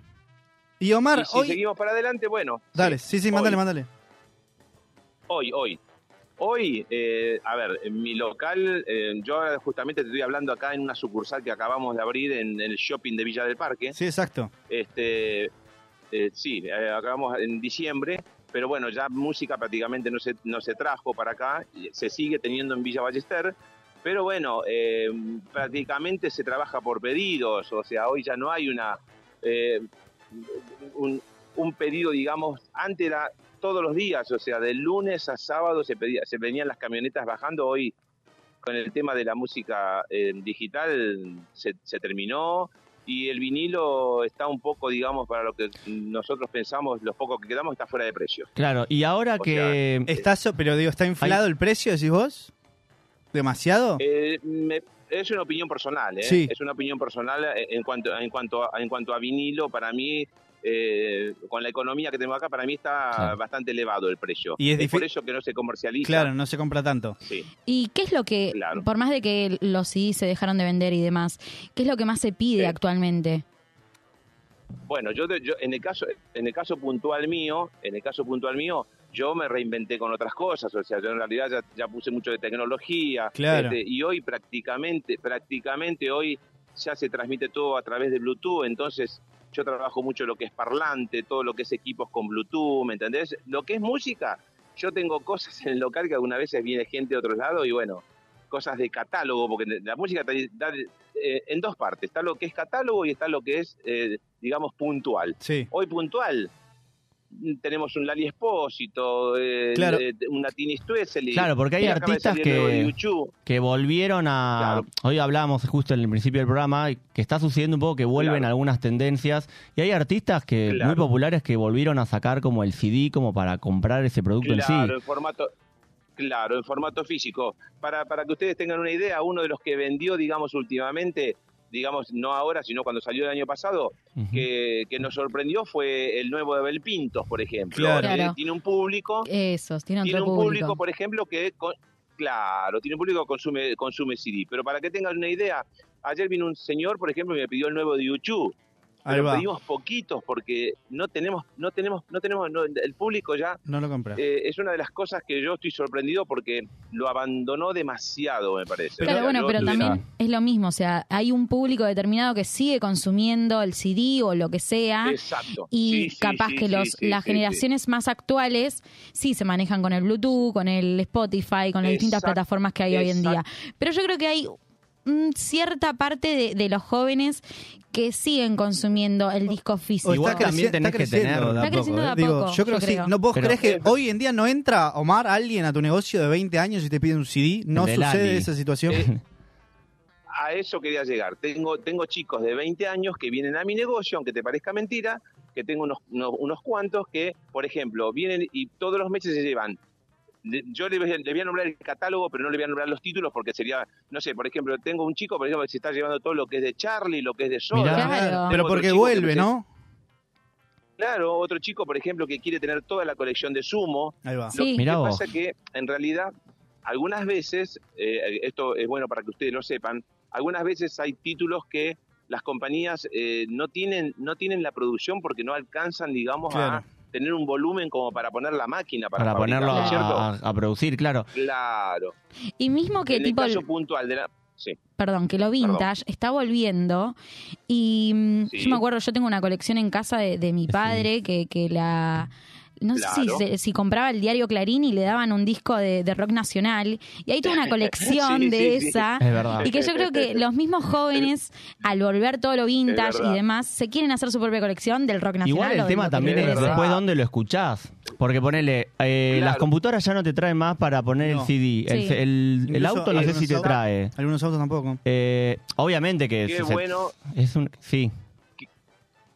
Speaker 3: Y Omar,
Speaker 6: Y si
Speaker 3: hoy.
Speaker 6: seguimos para adelante, bueno.
Speaker 3: Dale, sí, sí,
Speaker 6: hoy.
Speaker 3: mándale, mándale.
Speaker 6: Hoy, hoy. Hoy, eh, a ver, en mi local, eh, yo ahora justamente te estoy hablando acá en una sucursal que acabamos de abrir en el shopping de Villa del Parque.
Speaker 3: Sí, exacto.
Speaker 6: Este, eh, sí, eh, acabamos en diciembre, pero bueno, ya música prácticamente no se, no se trajo para acá, y se sigue teniendo en Villa Ballester, pero bueno, eh, prácticamente se trabaja por pedidos, o sea, hoy ya no hay una eh, un, un pedido, digamos, antes era todos los días, o sea, de lunes a sábado se, pedía, se venían las camionetas bajando, hoy con el tema de la música eh, digital se, se terminó, y el vinilo está un poco, digamos, para lo que nosotros pensamos, los pocos que quedamos, está fuera de precio.
Speaker 1: Claro, y ahora
Speaker 6: O
Speaker 1: que...
Speaker 3: Está, so- pero digo, ¿está inflado el precio, decís vos? ¿Demasiado?
Speaker 6: Eh, me- es una opinión personal, ¿eh?
Speaker 3: Ah. Sí.
Speaker 6: Es una opinión personal eh, en cuanto, en cuanto, a, en cuanto a vinilo, para mí... eh, con la economía que tengo acá, para mí está
Speaker 1: Claro.
Speaker 6: bastante elevado el precio.
Speaker 3: Y es
Speaker 6: por
Speaker 3: difí-
Speaker 6: eso que no se comercializa.
Speaker 3: Claro, no se compra tanto.
Speaker 6: Sí.
Speaker 2: ¿Y qué es lo que,
Speaker 6: Claro.
Speaker 2: por más de que los CDs se dejaron de vender y demás, qué es lo que más se pide
Speaker 6: Sí.
Speaker 2: actualmente?
Speaker 6: Bueno, yo, yo en el caso en el caso puntual mío, en el caso puntual mío, yo me reinventé con otras cosas, o sea, yo en realidad ya, ya puse mucho de tecnología
Speaker 3: Claro.
Speaker 6: este, y hoy prácticamente prácticamente hoy ya se transmite todo a través de Bluetooth, entonces yo trabajo mucho lo que es parlante, todo lo que es equipos con Bluetooth, ¿me entendés? Lo que es música, yo tengo cosas en el local que algunas veces viene gente de otro lado y bueno, cosas de catálogo, porque la música está está, eh, en dos partes, está lo que es catálogo y está lo que es, eh, digamos, puntual.
Speaker 3: Sí.
Speaker 6: Hoy puntual mm, tenemos un Lali Espósito, eh,
Speaker 3: Claro.
Speaker 6: eh, una Tini Stuessel.
Speaker 1: Claro, porque hay artistas que- que volvieron a...
Speaker 6: Claro.
Speaker 1: Hoy hablábamos justo en el principio del programa, y que está sucediendo un poco que vuelven
Speaker 6: Claro.
Speaker 1: algunas tendencias y hay artistas que
Speaker 6: Claro.
Speaker 1: muy populares que volvieron a sacar como el CD como para comprar ese producto en
Speaker 6: Claro,
Speaker 1: sí.
Speaker 6: en formato... Claro, en formato físico. Para, para que ustedes tengan una idea, uno de los que vendió, digamos, últimamente, digamos, no ahora, sino cuando salió el año pasado,
Speaker 1: Ujú.
Speaker 6: que, que nos sorprendió fue el nuevo de Belpintos, por ejemplo.
Speaker 3: Claro.
Speaker 6: Eh,
Speaker 2: Claro.
Speaker 6: Tiene un público,
Speaker 2: Esos, tiene otro
Speaker 6: tiene un
Speaker 2: público.
Speaker 6: público, por ejemplo, que con- claro, tiene un público que consume, consume CD. Pero para que tengan una idea, ayer vino un señor, por ejemplo, y me pidió el nuevo de YouTube.
Speaker 3: Ahí
Speaker 6: Pero
Speaker 3: va.
Speaker 6: pedimos poquitos porque no tenemos, no tenemos, no tenemos, no- el público ya
Speaker 3: No lo compra.
Speaker 6: eh, es una de las cosas que yo estoy sorprendido porque lo abandonó demasiado, me parece. O
Speaker 2: Claro,
Speaker 6: sea,
Speaker 2: bueno,
Speaker 6: yo
Speaker 2: pero
Speaker 6: tuviera-
Speaker 2: también es lo mismo, o sea, hay un público determinado que sigue consumiendo el CD o lo que sea.
Speaker 6: Exacto.
Speaker 2: y
Speaker 6: Sí, sí,
Speaker 2: capaz
Speaker 6: sí,
Speaker 2: que
Speaker 6: sí,
Speaker 2: los,
Speaker 6: sí,
Speaker 2: las
Speaker 6: sí, sí.
Speaker 2: generaciones más actuales sí se manejan con el Bluetooth, con el Spotify, con las distintas
Speaker 6: Exacto,
Speaker 2: plataformas que hay hoy en día. Pero yo creo que hay mm, cierta parte de, de los jóvenes que siguen consumiendo el disco físico.
Speaker 7: Igual
Speaker 3: creci-
Speaker 7: también tenés que tener
Speaker 3: creciendo de a
Speaker 2: Está creciendo
Speaker 3: poco,
Speaker 2: de a
Speaker 3: ¿eh? Digo,
Speaker 2: poco,
Speaker 3: yo creo
Speaker 2: yo
Speaker 3: que
Speaker 2: creo.
Speaker 3: sí. No, vos
Speaker 1: Pero-
Speaker 3: crees que hoy en día no entra, Omar, alguien a tu negocio de 20 años y te pide un CD. No
Speaker 1: De
Speaker 3: sucede
Speaker 1: Lali.
Speaker 3: esa situación.
Speaker 6: Eh, a eso quería llegar. Tengo, tengo chicos de 20 años que vienen a mi negocio, aunque te parezca mentira, que tengo unos, unos, unos cuantos que, por ejemplo, vienen y todos los meses se llevan. Le- Yo le, voy a- le voy a nombrar el catálogo, pero no le voy a nombrar los títulos porque sería, no sé, por ejemplo, tengo un chico, por ejemplo, que se está llevando todo lo que es de Charlie, lo que es de
Speaker 1: Mirá.
Speaker 6: Soda.
Speaker 2: Claro.
Speaker 3: <laughs>
Speaker 6: Tengo
Speaker 3: Pero porque
Speaker 6: otro chico que
Speaker 3: vuelve,
Speaker 6: se-
Speaker 3: ¿no?
Speaker 6: Claro, otro chico, por ejemplo, que quiere tener toda la colección de Sumo.
Speaker 3: Ahí va.
Speaker 2: Sí.
Speaker 1: Mirá
Speaker 6: Lo que
Speaker 1: vos.
Speaker 6: pasa que, en realidad, algunas veces, eh, esto es bueno para que ustedes lo sepan, algunas veces hay títulos que las compañías eh, no, tienen, no tienen la producción porque no alcanzan, digamos,
Speaker 3: Claro.
Speaker 6: a tener un volumen como para poner la máquina, para,
Speaker 1: Para,
Speaker 6: fabricarlo,
Speaker 1: ponerlo
Speaker 6: ¿cierto?
Speaker 1: a, a producir, claro.
Speaker 6: Claro.
Speaker 2: Y mismo que
Speaker 6: en
Speaker 2: tipo
Speaker 6: el
Speaker 2: el-
Speaker 6: caso puntual de la... Sí,
Speaker 2: perdón, que lo vintage está volviendo. Y mm,
Speaker 6: Sí.
Speaker 2: yo me acuerdo, yo tengo una colección en casa de, de mi padre que, que la. No sé si,
Speaker 6: Claro.
Speaker 2: se- si compraba el diario Clarín y le daban un disco de, de rock nacional. Y ahí tuve
Speaker 6: <laughs>
Speaker 2: una colección
Speaker 6: Sí,
Speaker 2: de
Speaker 6: sí, sí.
Speaker 2: esa.
Speaker 1: Es verdad.
Speaker 2: Ah, Y que yo creo que los mismos jóvenes, al volver todo lo
Speaker 6: Es
Speaker 2: vintage
Speaker 6: verdad.
Speaker 2: y demás, se quieren hacer su propia colección del rock nacional.
Speaker 1: Igual
Speaker 2: o
Speaker 1: el
Speaker 2: de
Speaker 1: tema
Speaker 2: lo que
Speaker 1: también
Speaker 2: les
Speaker 1: es
Speaker 6: interese.
Speaker 2: interese.
Speaker 1: después dónde lo escuchás. Porque ponele, eh,
Speaker 6: Claro.
Speaker 1: las computadoras ya no te traen más para poner
Speaker 3: No.
Speaker 1: el CD. El,
Speaker 2: Sí.
Speaker 1: el- el
Speaker 3: Incluso
Speaker 1: auto no sé
Speaker 3: algunos
Speaker 1: si te
Speaker 3: autos-
Speaker 1: trae.
Speaker 3: Algunos autos tampoco.
Speaker 1: Eh, obviamente que
Speaker 6: Qué
Speaker 1: se- se-
Speaker 6: bueno.
Speaker 1: es un sí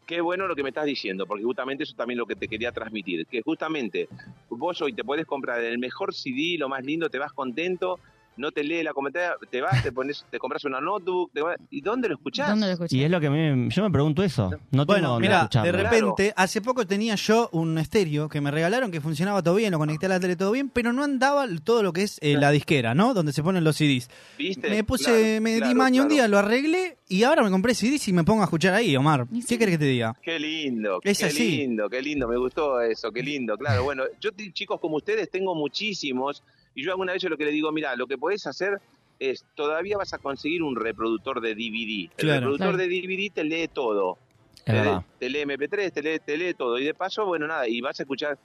Speaker 6: Qué bueno lo que me estás diciendo, porque justamente eso también es lo que te quería transmitir, que justamente vos hoy te puedes comprar el mejor CD, lo más lindo, te vas contento, no te lee la comentaria, te vas, te pones, te compras una notebook, te vas- ¿y dónde lo escuchás?
Speaker 2: ¿Dónde lo escuché?
Speaker 1: Y es lo que a mí- yo me pregunto eso. No tengo
Speaker 3: Bueno,
Speaker 1: dónde
Speaker 3: mira, de
Speaker 1: escucharlo.
Speaker 3: repente, hace poco tenía yo un estéreo que me regalaron que funcionaba todo bien, lo conecté a la tele todo bien, pero no andaba todo lo que es eh, la disquera, ¿no? Donde se ponen los CDs.
Speaker 6: ¿Viste?
Speaker 3: Me puse,
Speaker 6: Claro,
Speaker 3: me di
Speaker 6: claro,
Speaker 3: maña un
Speaker 6: claro.
Speaker 3: día, lo arreglé y ahora me compré CDs y me pongo a escuchar ahí, Omar.
Speaker 2: Y
Speaker 3: ¿Qué
Speaker 2: sí.
Speaker 3: querés que te diga?
Speaker 6: Qué lindo,
Speaker 3: Es
Speaker 6: qué
Speaker 3: así.
Speaker 6: lindo, qué lindo, me gustó eso, qué lindo, claro. Bueno, yo t- chicos como ustedes tengo muchísimos y yo alguna vez yo lo que le digo, mira, lo que podés hacer es, todavía vas a conseguir un reproductor de DVD. El
Speaker 3: Claro.
Speaker 6: reproductor
Speaker 2: Claro.
Speaker 6: de DVD te lee todo.
Speaker 1: Es
Speaker 6: te,
Speaker 1: verdad.
Speaker 6: te lee MP3, te lee, te lee todo. Y de paso, bueno, nada, y vas a escuchar.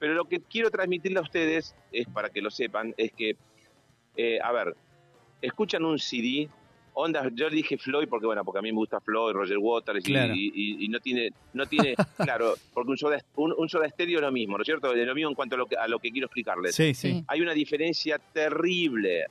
Speaker 6: Pero lo que quiero transmitirle a ustedes, es para que lo sepan, es que, eh, a ver, escuchan un CD, onda, yo le dije Floyd porque, bueno, porque a mí me gusta Floyd, Roger Waters, y-
Speaker 3: Claro.
Speaker 6: y, y- y no tiene, no
Speaker 3: <laughs>
Speaker 6: tiene, claro, porque un soda, un, un soda estéreo es lo mismo, ¿no es cierto? Es lo mismo en cuanto a lo que, a lo que quiero explicarles
Speaker 1: <laughs>
Speaker 3: Sí,
Speaker 2: Sí.
Speaker 6: hay una diferencia terrible.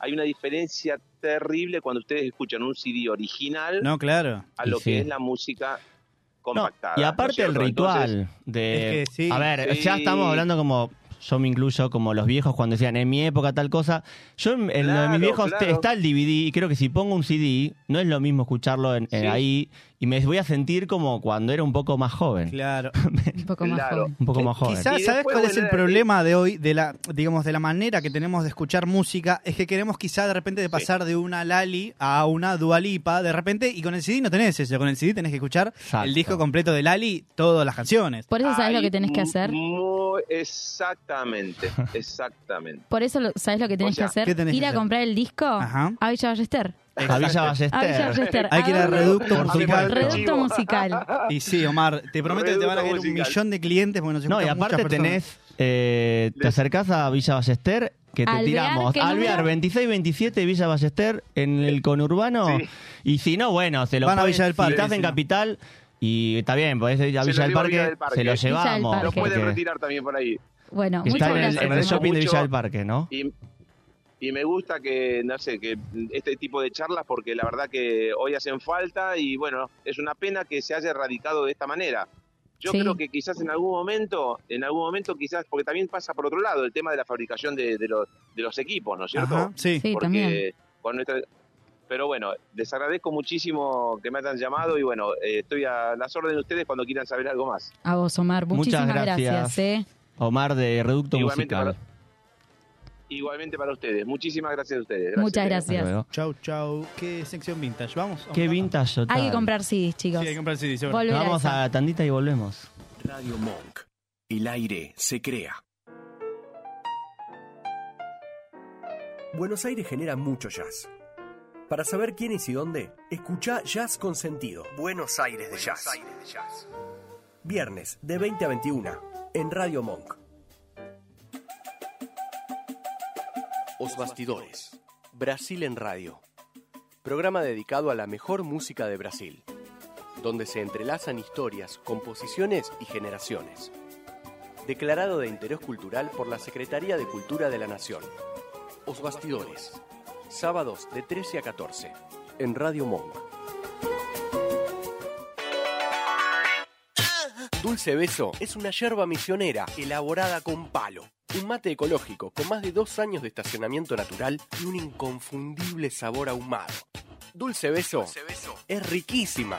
Speaker 6: Hay una diferencia terrible cuando ustedes escuchan un CD original
Speaker 3: No, claro.
Speaker 6: a
Speaker 1: Y
Speaker 6: lo
Speaker 1: sí.
Speaker 6: que es la música
Speaker 1: No,
Speaker 6: compactada.
Speaker 1: y
Speaker 6: ¿no es
Speaker 1: aparte el
Speaker 6: cierto?
Speaker 1: ritual
Speaker 6: Entonces,
Speaker 1: de...
Speaker 3: Es que sí.
Speaker 1: a ver,
Speaker 6: Sí.
Speaker 1: ya estamos hablando como... Yo me incluyo como los viejos cuando decían en mi época tal cosa. Yo en en lo de
Speaker 6: Claro,
Speaker 1: mis viejos
Speaker 6: claro.
Speaker 1: te- está el DVD y creo que si pongo un CD no es lo mismo escucharlo en, en
Speaker 6: Sí.
Speaker 1: ahí y me voy a sentir como cuando era un poco más joven.
Speaker 3: Claro.
Speaker 2: Un poco más
Speaker 6: Claro.
Speaker 2: joven.
Speaker 1: Un poco más joven.
Speaker 3: Eh, Quizás,
Speaker 6: Y
Speaker 3: ¿sabes
Speaker 6: después
Speaker 3: cuál es el
Speaker 6: volver a-
Speaker 3: problema de hoy? De la, digamos, de la manera que tenemos de escuchar música, es que queremos quizás de repente de pasar de una Lali a una Dualipa, de repente, y con el CD no tenés eso, con el CD tenés que escuchar
Speaker 1: Exacto.
Speaker 3: el disco completo de Lali, todas las canciones.
Speaker 2: Por eso sabes lo
Speaker 6: hay
Speaker 2: que tenés que
Speaker 6: mu-
Speaker 2: hacer.
Speaker 6: mu-
Speaker 1: <laughs>
Speaker 6: exactamente, exactamente.
Speaker 2: Por eso lo- sabes lo que tenés
Speaker 6: O sea,
Speaker 2: que hacer.
Speaker 3: ¿qué tenés
Speaker 2: Ir
Speaker 3: que
Speaker 2: a
Speaker 3: hacer?
Speaker 2: comprar el disco
Speaker 3: Ajá. Este,
Speaker 2: a Villa Ballester.
Speaker 1: A Villa Ballester.
Speaker 2: A Villa Ballester.
Speaker 3: Hay que ir a
Speaker 2: dónde?
Speaker 3: Reducto
Speaker 6: Hace
Speaker 3: Musical.
Speaker 6: falta el
Speaker 2: Reducto
Speaker 6: chivo.
Speaker 2: musical.
Speaker 6: Ah,
Speaker 3: Y sí, Omar, te prometo que te van a caer
Speaker 6: Reducto
Speaker 3: un
Speaker 6: musical.
Speaker 3: millón de clientes porque nos
Speaker 1: No, y
Speaker 3: escuchan muchas
Speaker 1: aparte
Speaker 3: personas.
Speaker 1: tenés, eh, te acercás a Villa Ballester, que te
Speaker 2: Alvear,
Speaker 1: tiramos.
Speaker 2: ¿qué
Speaker 1: Alvear,
Speaker 2: número?
Speaker 1: 26-27 Villa Ballester en el conurbano.
Speaker 6: Sí.
Speaker 1: Y si no, bueno, se lo
Speaker 3: Van a
Speaker 1: podés-
Speaker 3: Villa del Parque,
Speaker 1: Si estás en
Speaker 3: si no.
Speaker 1: Capital y está bien, podés ir
Speaker 6: Se
Speaker 1: a Villa,
Speaker 6: lo
Speaker 1: del
Speaker 6: llevo a
Speaker 1: Parque,
Speaker 6: Villa del Parque.
Speaker 1: se lo
Speaker 6: Villa
Speaker 2: del
Speaker 1: llevamos.
Speaker 2: Parque.
Speaker 6: Lo
Speaker 2: Porque-
Speaker 6: pueden retirar también por ahí.
Speaker 2: Bueno,
Speaker 1: que está
Speaker 2: muchas
Speaker 1: en el,
Speaker 2: gracias.
Speaker 1: en el
Speaker 2: Omar.
Speaker 1: shopping de
Speaker 6: mucho.
Speaker 1: Villa del Parque, ¿no?
Speaker 6: Y, y me gusta que, no sé, que este tipo de charlas, porque la verdad que hoy hacen falta y bueno, es una pena que se haya erradicado de esta manera. Yo
Speaker 2: Sí.
Speaker 6: creo que quizás en algún momento, en algún momento quizás, porque también pasa por otro lado el tema de la fabricación de, de los, de los equipos, ¿no es cierto?
Speaker 3: Ajá, sí.
Speaker 2: Sí,
Speaker 6: porque
Speaker 2: también.
Speaker 6: con nuestra- Pero bueno, les agradezco muchísimo que me hayan llamado y bueno, eh, estoy a las órdenes de ustedes cuando quieran saber algo más.
Speaker 2: A vos, Omar.
Speaker 1: Muchas
Speaker 2: Muchísimas
Speaker 1: gracias.
Speaker 2: gracias. ¿eh?
Speaker 1: Omar de Reducto
Speaker 6: Igualmente
Speaker 1: Musical.
Speaker 6: Igualmente para ustedes, muchísimas gracias eh. a ustedes.
Speaker 2: Muchas
Speaker 1: Hasta
Speaker 2: gracias.
Speaker 1: luego.
Speaker 3: Chau, chau. ¿Qué sección vintage? Vamos. vamos,
Speaker 1: Qué
Speaker 3: vamos.
Speaker 1: vintage total.
Speaker 2: Hay que comprar CDs, chicos.
Speaker 3: Sí, hay que comprar el CD, seguro.
Speaker 2: Volver a
Speaker 1: Vamos
Speaker 2: eso.
Speaker 1: a la tandita y volvemos.
Speaker 8: Radio Monk. El aire se crea. Buenos Aires genera mucho jazz. Para saber quién es y dónde, escucha Jazz con sentido. Buenos Aires de, jazz. Viernes de 20 a 21 en Radio Monk.
Speaker 7: Os Bastidores. Brasil en Radio. Programa dedicado a la mejor música de Brasil, donde se entrelazan historias, composiciones y generaciones. Declarado de interés cultural por la Secretaría de Cultura de la Nación. Os Bastidores. Sábados de 13 a 14. En Radio Monk. Dulce Beso es una yerba misionera elaborada con palo. Un mate ecológico con más de dos años de estacionamiento natural y un inconfundible sabor ahumado. Dulce Beso, es riquísima.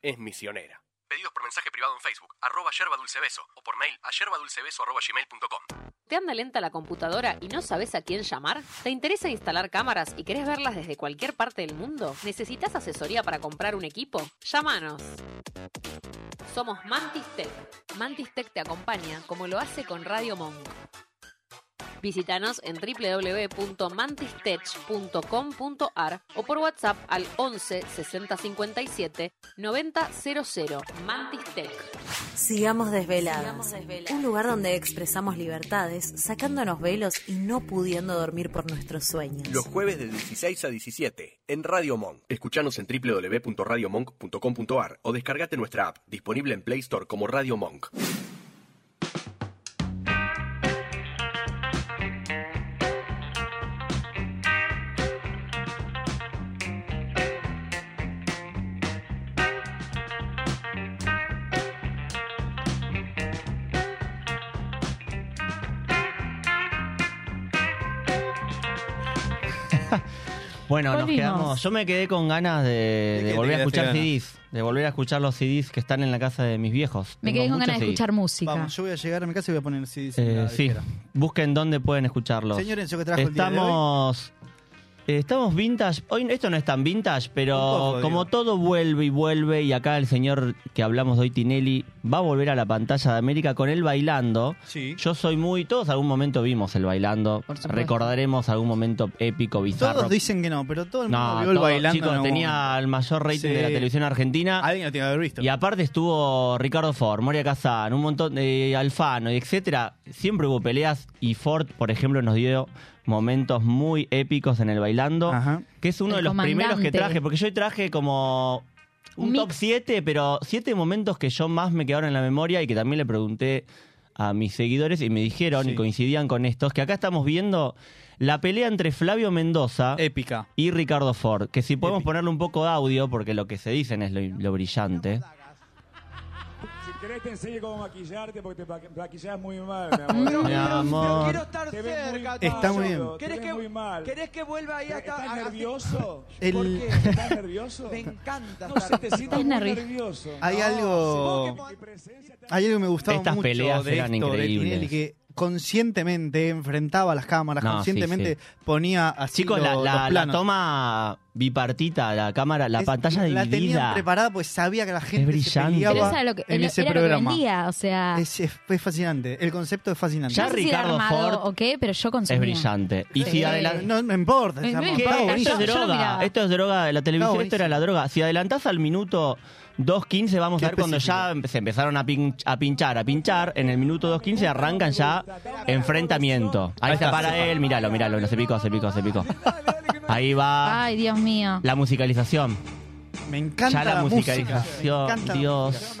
Speaker 7: Es misionera. Pedidos por mensaje privado en Facebook, arroba yerba dulce beso, o por mail a yerbadulcebeso arroba gmail.com.
Speaker 9: ¿Te anda lenta la computadora y no sabes a quién llamar? ¿Te interesa instalar cámaras y querés verlas desde cualquier parte del mundo? ¿Necesitas asesoría para comprar un equipo? Llámanos. Somos Mantis Tech. Mantis Tech te acompaña como lo hace con Radio Monk. Visítanos en www.mantistech.com.ar o por WhatsApp al 11 60 57 90 00. Mantis Tech.
Speaker 10: Sigamos desveladas. Un lugar donde expresamos libertades, sacándonos velos y no pudiendo dormir por nuestros sueños.
Speaker 7: Los jueves de 16 a 17 en Radio Monk. Escuchanos en www.radiomonk.com.ar o descargate nuestra app, disponible en Play Store como Radio Monk.
Speaker 1: Bueno, nos
Speaker 2: Volvimos.
Speaker 1: quedamos. Yo me quedé con ganas de, de
Speaker 3: qué te
Speaker 1: volver a
Speaker 3: quedaste
Speaker 1: escuchar
Speaker 3: ganas?
Speaker 1: CDs. De volver a escuchar los CDs que están en la casa de mis viejos.
Speaker 2: Me
Speaker 1: Tengo
Speaker 2: quedé con
Speaker 1: muchos
Speaker 2: ganas de
Speaker 1: CDs.
Speaker 2: escuchar música.
Speaker 3: Vamos, yo voy a llegar a mi casa y voy a poner CDs en
Speaker 1: Eh,
Speaker 3: la
Speaker 1: sí,
Speaker 3: disquera.
Speaker 1: busquen dónde pueden escucharlos.
Speaker 3: Señor Enzo, ¿qué trajo el día de
Speaker 1: Estamos. eh, Estamos vintage. Hoy esto no es tan vintage, pero
Speaker 3: Un poco,
Speaker 1: como
Speaker 3: digo.
Speaker 1: todo vuelve y vuelve, y acá el señor que hablamos de hoy, Tinelli, va a volver a la pantalla de América con él bailando.
Speaker 3: Sí.
Speaker 1: Yo soy muy. Todos algún momento vimos el bailando.
Speaker 2: Por supuesto.
Speaker 1: Recordaremos algún momento épico, bizarro.
Speaker 3: Todos dicen que no, pero todo el mundo
Speaker 1: no,
Speaker 3: vio el
Speaker 1: todo-
Speaker 3: bailando. en
Speaker 1: chicos,
Speaker 3: algún momento.
Speaker 1: tenía el mayor rating
Speaker 3: Sí.
Speaker 1: de la televisión argentina.
Speaker 3: Alguien lo tiene que haber visto.
Speaker 1: Y aparte estuvo Ricardo Ford, Moria Kazan, un montón de Alfano, y etcétera. Siempre hubo peleas y Ford, por ejemplo, nos dio momentos muy épicos en el bailando,
Speaker 3: Ajá.
Speaker 1: que es
Speaker 2: El
Speaker 1: uno de los primeros que
Speaker 2: comandante.
Speaker 1: traje, porque yo hoy traje como un,
Speaker 2: Un
Speaker 1: top
Speaker 2: mix.
Speaker 1: 7, pero 7 momentos que yo más me quedaron en la memoria y que también le pregunté a mis seguidores y me dijeron
Speaker 3: Sí.
Speaker 1: y coincidían con estos, que acá estamos viendo la pelea entre Flavio Mendoza
Speaker 3: Épica.
Speaker 1: y Ricardo Ford, que si podemos
Speaker 3: Epi.
Speaker 1: ponerle un poco de audio, porque lo que se dicen es lo, lo brillante.
Speaker 11: Si querés te enseño cómo maquillarte porque te pa- maquillás muy mal, <laughs>
Speaker 1: Mi amor.
Speaker 11: estar cerca.
Speaker 3: Está muy bien.
Speaker 11: ¿Querés que, ¿Querés que vuelva ahí hasta ¿Estás nervioso?
Speaker 3: El-
Speaker 11: <laughs> ¿Por qué? ¿Estás nervioso? Me encanta. No sé, te siento
Speaker 2: Estás
Speaker 11: muy
Speaker 2: nervi-
Speaker 11: nervioso.
Speaker 3: Hay algo. Hay algo que me gustaba
Speaker 1: Estas
Speaker 3: mucho
Speaker 1: peleas
Speaker 3: de
Speaker 1: eran
Speaker 3: esto, de
Speaker 1: increíbles.
Speaker 3: Tinelli, que conscientemente enfrentaba las cámaras,
Speaker 1: No, sí,
Speaker 3: conscientemente ponía así
Speaker 1: Chicos,
Speaker 3: lo-
Speaker 1: la, la-
Speaker 3: los
Speaker 1: la
Speaker 3: planos.
Speaker 1: toma bipartita, la cámara, la
Speaker 3: Es-
Speaker 1: pantalla
Speaker 3: La
Speaker 1: dividida.
Speaker 3: tenían preparada porque sabía que la gente se
Speaker 1: brillante.
Speaker 3: peleaba
Speaker 2: Pero eso era lo que,
Speaker 3: en
Speaker 2: era-
Speaker 3: ese
Speaker 2: era lo que
Speaker 3: programa.
Speaker 2: vendía, o sea.
Speaker 3: es, es- es fascinante, el concepto es fascinante.
Speaker 1: Ya
Speaker 2: no sé si era
Speaker 1: Ricardo
Speaker 2: armado
Speaker 1: Ford
Speaker 2: o qué, pero yo consumía.
Speaker 1: es brillante. Y si
Speaker 2: Sí.
Speaker 1: adelan-
Speaker 3: No, no importa,
Speaker 2: No
Speaker 3: está
Speaker 1: ¿Qué?
Speaker 2: importa,
Speaker 3: buenísimo.
Speaker 1: Esto es
Speaker 2: yo- yo lo
Speaker 1: droga.
Speaker 2: miraba.
Speaker 1: Esto es droga de la televisión. esto era
Speaker 3: buenísimo.
Speaker 1: la droga. Si adelantás al minuto 2.15, vamos
Speaker 3: Qué
Speaker 1: a ver cuando ya empe- se empezaron a, pin- a pinchar, a pinchar. En el minuto 2.15 arrancan ya enfrentamiento. Ahí está para él. Míralo, míralo. No se picó, se picó, se picó. Ahí va
Speaker 2: Ay, Dios mío.
Speaker 1: la musicalización.
Speaker 3: Me encanta
Speaker 1: ya la,
Speaker 3: la, música. Me
Speaker 1: musicalización.
Speaker 3: encanta la música.
Speaker 1: Dios.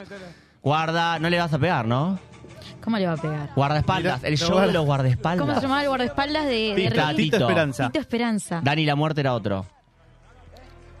Speaker 1: Guarda, no le vas a pegar, ¿no?
Speaker 2: ¿Cómo le va a pegar?
Speaker 1: Guardaespaldas,
Speaker 3: Mirá,
Speaker 1: el
Speaker 3: no
Speaker 1: show
Speaker 3: guarda-
Speaker 1: de los guardaespaldas.
Speaker 2: ¿Cómo se llamaba el guardaespaldas de, de
Speaker 1: Tita,
Speaker 2: Ricky?
Speaker 3: Tito
Speaker 1: Tito.
Speaker 3: Esperanza.
Speaker 2: Tito Esperanza.
Speaker 1: Dani la muerte era otro.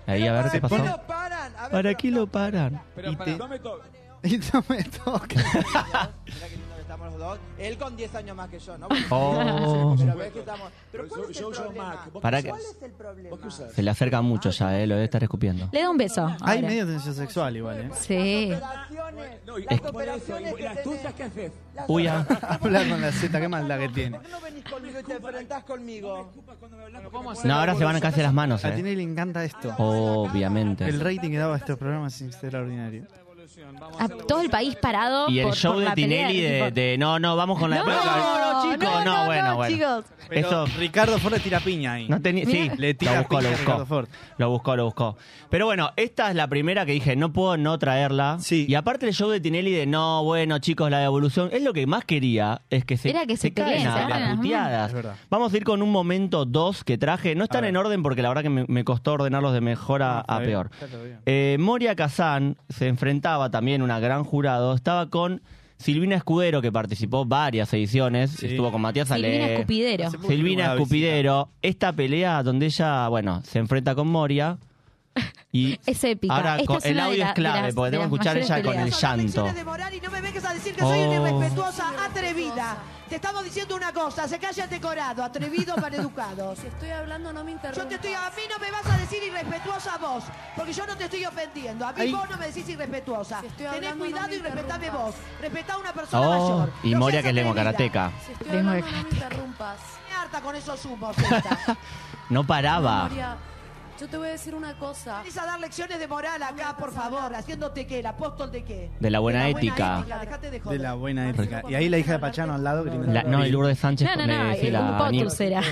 Speaker 1: Ahí a ver qué pasó.
Speaker 11: paran? A
Speaker 1: ¿Para
Speaker 11: ver, pero-
Speaker 1: qué lo paran?
Speaker 11: Pero
Speaker 3: Y
Speaker 11: para,
Speaker 3: te-
Speaker 11: no me to-
Speaker 3: Y no me toca.
Speaker 11: Mirá qué lindo que estamos los dos. Él con 10 años más que yo, ¿no?
Speaker 1: <laughs> Oh.
Speaker 11: Pero ves que estamos- Pero ¿cuál
Speaker 5: Yo-
Speaker 11: es
Speaker 5: yo
Speaker 11: el
Speaker 5: uso
Speaker 11: problema?
Speaker 5: Mac. ¿Vos
Speaker 1: Para
Speaker 5: qué
Speaker 1: que-
Speaker 5: usás?
Speaker 11: ¿Cuál es el problema?
Speaker 5: ¿Vos qué usás?
Speaker 1: Se le acerca mucho ya, eh, lo debe estar escupiendo.
Speaker 2: Le da un beso.
Speaker 3: Hay
Speaker 2: ahora.
Speaker 3: medio tensión sexual igual, ¿eh?
Speaker 2: Sí.
Speaker 11: Operaciones,
Speaker 5: No, y-
Speaker 11: las
Speaker 5: por eso,
Speaker 11: operaciones
Speaker 5: y-
Speaker 11: que
Speaker 5: las
Speaker 11: tenés.
Speaker 5: tuyas que haces.
Speaker 1: Uy, ah.
Speaker 3: <laughs> Hablar con la Z, qué maldad que tiene.
Speaker 11: ¿Por qué no venís conmigo y te enfrentás conmigo?
Speaker 1: No, ahora se van casi a las manos,
Speaker 3: A
Speaker 1: eh.
Speaker 3: Tinelli le encanta esto.
Speaker 1: Obviamente.
Speaker 3: El rating que daba a estos programas es extraordinario.
Speaker 2: A todo el país parado.
Speaker 1: Y el
Speaker 2: por-
Speaker 1: show
Speaker 2: por
Speaker 1: de
Speaker 2: la pelea
Speaker 1: Tinelli de,
Speaker 2: Ricky Ford.
Speaker 1: de- no, no, vamos con la
Speaker 2: No,
Speaker 1: de
Speaker 2: no, no,
Speaker 1: chicos,
Speaker 2: no,
Speaker 1: no,
Speaker 2: no,
Speaker 1: bueno,
Speaker 2: no,
Speaker 1: bueno.
Speaker 2: chicos.
Speaker 3: Pero
Speaker 1: Eso-
Speaker 3: Ricardo Ford le tira piña ahí.
Speaker 1: No tenía, sí,
Speaker 3: Le tira
Speaker 1: lo buscó,
Speaker 3: piña
Speaker 1: lo
Speaker 3: a Ricardo
Speaker 1: buscó,
Speaker 3: Ford.
Speaker 1: lo buscó, lo buscó. Pero bueno, esta es la primera que dije, no puedo no traerla.
Speaker 3: Sí.
Speaker 1: Y aparte el show de Tinelli de, no, bueno, chicos, la devolución, es lo que más quería, es que se,
Speaker 2: Era que se
Speaker 1: caen
Speaker 2: peleen,
Speaker 1: a,
Speaker 2: se
Speaker 1: a
Speaker 2: agarren las manos.
Speaker 1: puteadas.
Speaker 3: Es verdad.
Speaker 1: Vamos a ir con un momento 2 que traje, no están
Speaker 3: ver.
Speaker 1: en orden porque la verdad que me, me costó ordenarlos de mejor a,
Speaker 3: Está
Speaker 1: a
Speaker 3: bien,
Speaker 1: peor.
Speaker 3: está todo bien.
Speaker 1: Eh, Moria Kazán se enfrentaba también una gran jurado, estaba con Silvina Escudero que participó varias ediciones,
Speaker 3: Sí.
Speaker 1: estuvo con Matías Ale.
Speaker 2: Silvina Escupidero.
Speaker 3: Hace poco
Speaker 1: Silvina
Speaker 3: tuvimos una
Speaker 1: Escupidero, esta pelea donde ella, bueno, se enfrenta con Moria. Y
Speaker 2: <laughs> Es épica.
Speaker 1: Ahora
Speaker 2: Esta
Speaker 1: co-
Speaker 2: es
Speaker 1: el
Speaker 2: una de
Speaker 1: audio
Speaker 2: la-
Speaker 1: es clave,
Speaker 2: de las-
Speaker 1: porque
Speaker 2: de
Speaker 1: tengo que
Speaker 2: las
Speaker 1: escuchar
Speaker 2: mayores
Speaker 1: ella con el
Speaker 2: peleas.
Speaker 1: llanto.
Speaker 11: de moral y no me vengas a decir que soy una
Speaker 1: Oh.
Speaker 11: irrespetuosa, atrevida. Te estamos diciendo una cosa, se calla decorado, atrevido, <laughs> maleducado. Si estoy hablando no me interrumpas. Yo te estoy, a mí no me vas a decir irrespetuosa vos, porque yo no te estoy ofendiendo. A mí
Speaker 3: Ahí-
Speaker 11: vos no me decís irrespetuosa. Tenés cuidado y respetame vos. Respetá a una persona
Speaker 1: Oh,
Speaker 11: mayor.
Speaker 1: y
Speaker 11: No
Speaker 1: Moria
Speaker 11: seas
Speaker 1: que es lengua
Speaker 11: atrevida.
Speaker 1: karateca.
Speaker 2: Lengua de gato.
Speaker 11: Me harta con esos humos. <laughs> esta.
Speaker 1: No paraba.
Speaker 11: Venís a dar lecciones de moral acá, por favor, haciéndote qué, el apóstol de qué.
Speaker 1: De la buena
Speaker 11: De
Speaker 1: ética.
Speaker 11: dejate de
Speaker 3: De
Speaker 11: joder.
Speaker 3: la buena ética. Y ahí la hija de Pachano al lado gritando.
Speaker 1: La- no, y Lourdes Sánchez
Speaker 2: No, no,
Speaker 1: le
Speaker 2: no,
Speaker 1: decía
Speaker 2: eh,
Speaker 1: la
Speaker 2: un
Speaker 1: Daniel.
Speaker 2: potus era.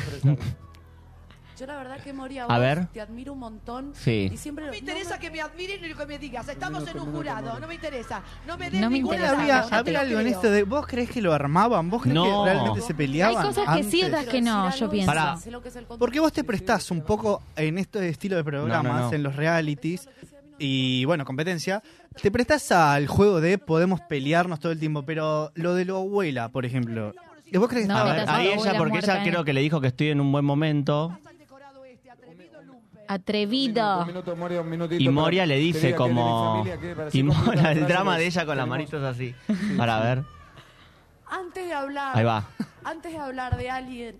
Speaker 9: Yo la verdad que moría
Speaker 1: A ver.
Speaker 9: te admiro un montón
Speaker 1: Sí.
Speaker 9: y siempre
Speaker 11: No me interesa que me admiren ni que me digas. Estamos en un jurado. No me interesa. No me des
Speaker 2: No me
Speaker 11: ninguna
Speaker 2: interesa.
Speaker 11: data,
Speaker 3: Había,
Speaker 11: no te
Speaker 3: había
Speaker 11: lo
Speaker 3: algo en
Speaker 11: creo.
Speaker 3: esto de ¿vos creés que lo armaban? ¿Vos creés
Speaker 1: No.
Speaker 3: que realmente se
Speaker 2: Hay
Speaker 3: peleaban?
Speaker 2: cosas que sí,
Speaker 3: antes?
Speaker 2: otras que no, yo pienso.
Speaker 1: Pará.
Speaker 3: Porque vos te prestás un poco en este estilo de programas,
Speaker 1: no.
Speaker 3: en los realities y bueno, competencia, te prestás al juego de podemos pelearnos todo el tiempo, pero lo de lo abuela, por ejemplo. ¿Y vos crees
Speaker 2: No,
Speaker 1: A
Speaker 2: me
Speaker 1: ver,
Speaker 2: casaba
Speaker 1: ahí
Speaker 2: con
Speaker 1: ella,
Speaker 2: la
Speaker 1: porque
Speaker 2: muerta,
Speaker 1: ella
Speaker 2: eh.
Speaker 1: creo que le dijo que estoy en un buen momento.
Speaker 11: este,
Speaker 2: Atrevido.
Speaker 1: Y Moria le dice como... Y Moria, el drama de ella con las manitos
Speaker 3: <laughs>
Speaker 1: así. Para ver.
Speaker 9: antes de hablar
Speaker 1: Ahí va.
Speaker 11: <laughs>
Speaker 9: antes de hablar de alguien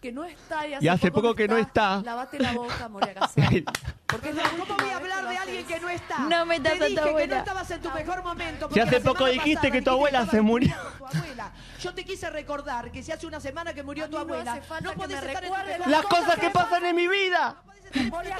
Speaker 12: que no está y hace,
Speaker 1: Y hace poco que no está.
Speaker 12: Lavate la boca, Moria Casal. Porque es la
Speaker 11: ¿Cómo voy a hablar de alguien que no está?
Speaker 2: No me
Speaker 11: Te
Speaker 2: tapas tu
Speaker 11: dije que no
Speaker 2: abuela.
Speaker 11: estabas en tu mejor momento.
Speaker 1: Si
Speaker 11: porque
Speaker 1: hace
Speaker 11: la
Speaker 1: poco
Speaker 11: semana
Speaker 1: dijiste
Speaker 11: pasada
Speaker 1: que tu
Speaker 11: dijiste
Speaker 1: abuela se murió.
Speaker 11: abuela. Yo te quise recordar que si hace una semana que murió tu
Speaker 12: no
Speaker 11: abuela,
Speaker 12: hace falta
Speaker 11: no
Speaker 12: que
Speaker 11: podés
Speaker 12: me
Speaker 11: estar en tu
Speaker 12: recuerdes
Speaker 11: mejor
Speaker 1: Las cosas que
Speaker 11: momento.
Speaker 1: pasan en mi vida.
Speaker 11: Entonces,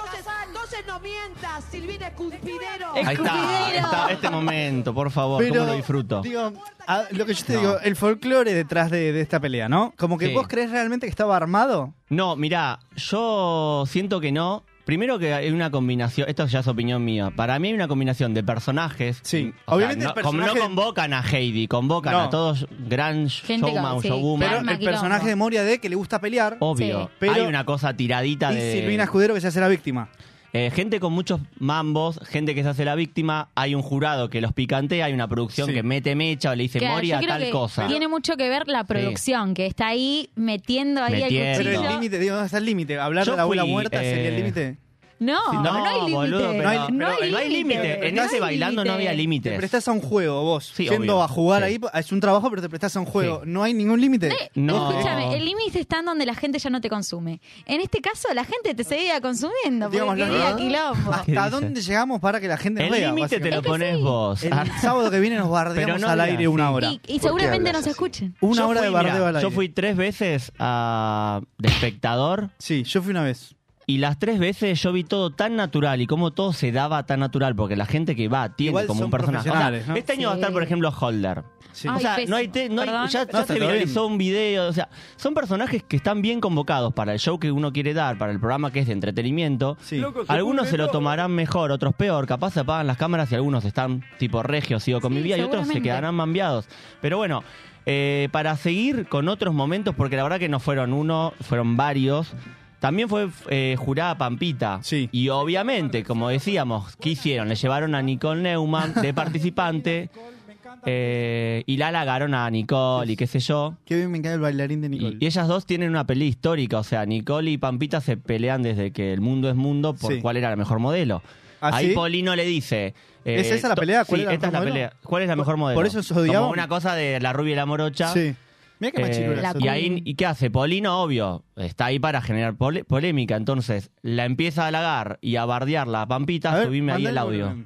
Speaker 11: entonces no mientas, Silvina Escupidero.
Speaker 1: Ahí está, está, este momento, por favor,
Speaker 3: Pero,
Speaker 1: cómo lo disfruto.
Speaker 3: digo, Ah, lo que yo te digo, el folclore detrás de, de esta pelea, ¿no? Como que
Speaker 1: Sí.
Speaker 3: vos crees realmente que estaba armado.
Speaker 1: No, mirá, yo siento que no. Primero que hay una combinación, esto ya es opinión mía, para mí hay una combinación de personajes. Sí,
Speaker 3: Obviamente el
Speaker 1: no, como no
Speaker 3: personaje-
Speaker 1: convocan a Heidi, convocan
Speaker 3: No.
Speaker 1: a todos gran
Speaker 3: Gente que-
Speaker 1: showman,
Speaker 3: sí,
Speaker 1: showwoman.
Speaker 3: Pero el personaje de Moria D que le gusta pelear.
Speaker 1: Obvio.
Speaker 3: Pero
Speaker 1: Hay una cosa tiradita
Speaker 3: y
Speaker 1: de.
Speaker 3: Silvina Escudero que se hace la víctima.
Speaker 1: Eh, gente con muchos mambos, gente que se hace la víctima, hay un jurado que los picantea, hay una producción que mete mecha o le dice
Speaker 2: Claro,
Speaker 1: Moria
Speaker 2: yo creo
Speaker 1: tal
Speaker 2: que
Speaker 1: cosa.
Speaker 2: Tiene mucho que ver la producción, que está ahí metiendo ahí
Speaker 1: Metiendo.
Speaker 2: el
Speaker 3: Pero
Speaker 2: cuchillo.
Speaker 3: el límite, digo, ¿dónde está el límite? Hablar
Speaker 1: Yo
Speaker 3: de la abuela
Speaker 1: fui,
Speaker 3: muerta sería el
Speaker 1: eh,
Speaker 3: límite.
Speaker 2: No, no, hay límite.
Speaker 1: boludo, pero-
Speaker 2: no hay,
Speaker 1: pero no hay límite. En ese bailando no había límites.
Speaker 3: Te prestás a un juego vos.
Speaker 1: Sí,
Speaker 3: Yendo
Speaker 1: obvio,
Speaker 3: a jugar
Speaker 1: sí.
Speaker 3: ahí, es un trabajo, pero te prestás a un juego. No hay ningún límite.
Speaker 1: No.
Speaker 2: Escúchame, el límite está en donde la gente ya no te consume. En este caso, la gente te seguía consumiendo porque
Speaker 3: Digámoslo,
Speaker 2: quería
Speaker 3: ¿no?
Speaker 2: quilombo.
Speaker 1: ¿Qué
Speaker 3: ¿Hasta
Speaker 1: dice?
Speaker 3: dónde llegamos para que la gente nos
Speaker 1: El
Speaker 3: vea?
Speaker 1: límite te lo
Speaker 3: básicamente?
Speaker 1: pones vos.
Speaker 3: El
Speaker 1: Ah.
Speaker 3: sábado que viene nos bardeamos
Speaker 1: Pero no
Speaker 3: al aire
Speaker 1: digas,
Speaker 3: una
Speaker 1: sí.
Speaker 3: hora.
Speaker 2: Y seguramente nos escuchen.
Speaker 3: Una
Speaker 1: Yo
Speaker 3: hora
Speaker 1: fui,
Speaker 3: de bardeo
Speaker 1: mirá,
Speaker 3: al
Speaker 1: Yo
Speaker 3: aire.
Speaker 1: fui tres veces ah, de espectador.
Speaker 3: Sí, yo fui una vez.
Speaker 1: Y las tres veces yo vi todo tan natural y cómo todo se daba tan natural, porque la gente que va tiene
Speaker 3: Igual
Speaker 1: como
Speaker 3: son
Speaker 1: un personaje. O sea,
Speaker 3: profesionales, ¿no?
Speaker 1: Este año va a estar, por ejemplo, Holder.
Speaker 3: Sí.
Speaker 1: O sea,
Speaker 2: Ay,
Speaker 1: no hay, te- no hay-
Speaker 2: perdón.
Speaker 1: ya,
Speaker 2: No,
Speaker 1: ya
Speaker 3: está
Speaker 1: se
Speaker 3: todo
Speaker 1: viralizó un video. O sea, son personajes que están bien convocados para el show que uno quiere dar, para el programa que es de entretenimiento.
Speaker 3: Loco, se
Speaker 1: algunos
Speaker 3: pudre
Speaker 1: se lo
Speaker 3: todo.
Speaker 1: tomarán mejor, otros peor. Capaz se apagan las cámaras y algunos están tipo regios, sigo con mi vida, y otros se
Speaker 2: seguramente.
Speaker 1: quedarán mambiados. Pero bueno. eh, para seguir con otros momentos, porque la verdad que no fueron uno, fueron varios. También fue eh, jurada Pampita. Sí. Y obviamente, como decíamos, ¿qué hicieron? Le llevaron a Nicole Neumann de
Speaker 3: <laughs>
Speaker 1: participante eh, y la halagaron a Nicole y qué sé yo.
Speaker 3: Qué bien me encanta el bailarín de Nicole.
Speaker 1: Y, y ellas dos tienen una pelea histórica, o sea, Nicole y Pampita se pelean desde que el mundo es mundo por
Speaker 3: Sí.
Speaker 1: cuál era la mejor modelo.
Speaker 3: ¿Ah,
Speaker 1: Ahí
Speaker 3: sí?
Speaker 1: Polino le dice. eh,
Speaker 3: ¿Es esa la
Speaker 1: to-
Speaker 3: pelea? ¿Cuál
Speaker 1: sí,
Speaker 3: era la
Speaker 1: esta es la
Speaker 3: mejor
Speaker 1: pelea.
Speaker 3: modelo?
Speaker 1: ¿Cuál es la mejor modelo?
Speaker 3: por eso se odiaban.
Speaker 1: Como una cosa de la rubia y la morocha.
Speaker 3: Sí. Mirá
Speaker 1: eh,
Speaker 3: qué machirulas son.
Speaker 1: y ahí, ¿y qué hace? Polino, obvio, está ahí para generar pole- polémica. Entonces, la empieza a halagar y a bardearla. Pampita, subime ahí el
Speaker 3: mandale un-
Speaker 1: audio.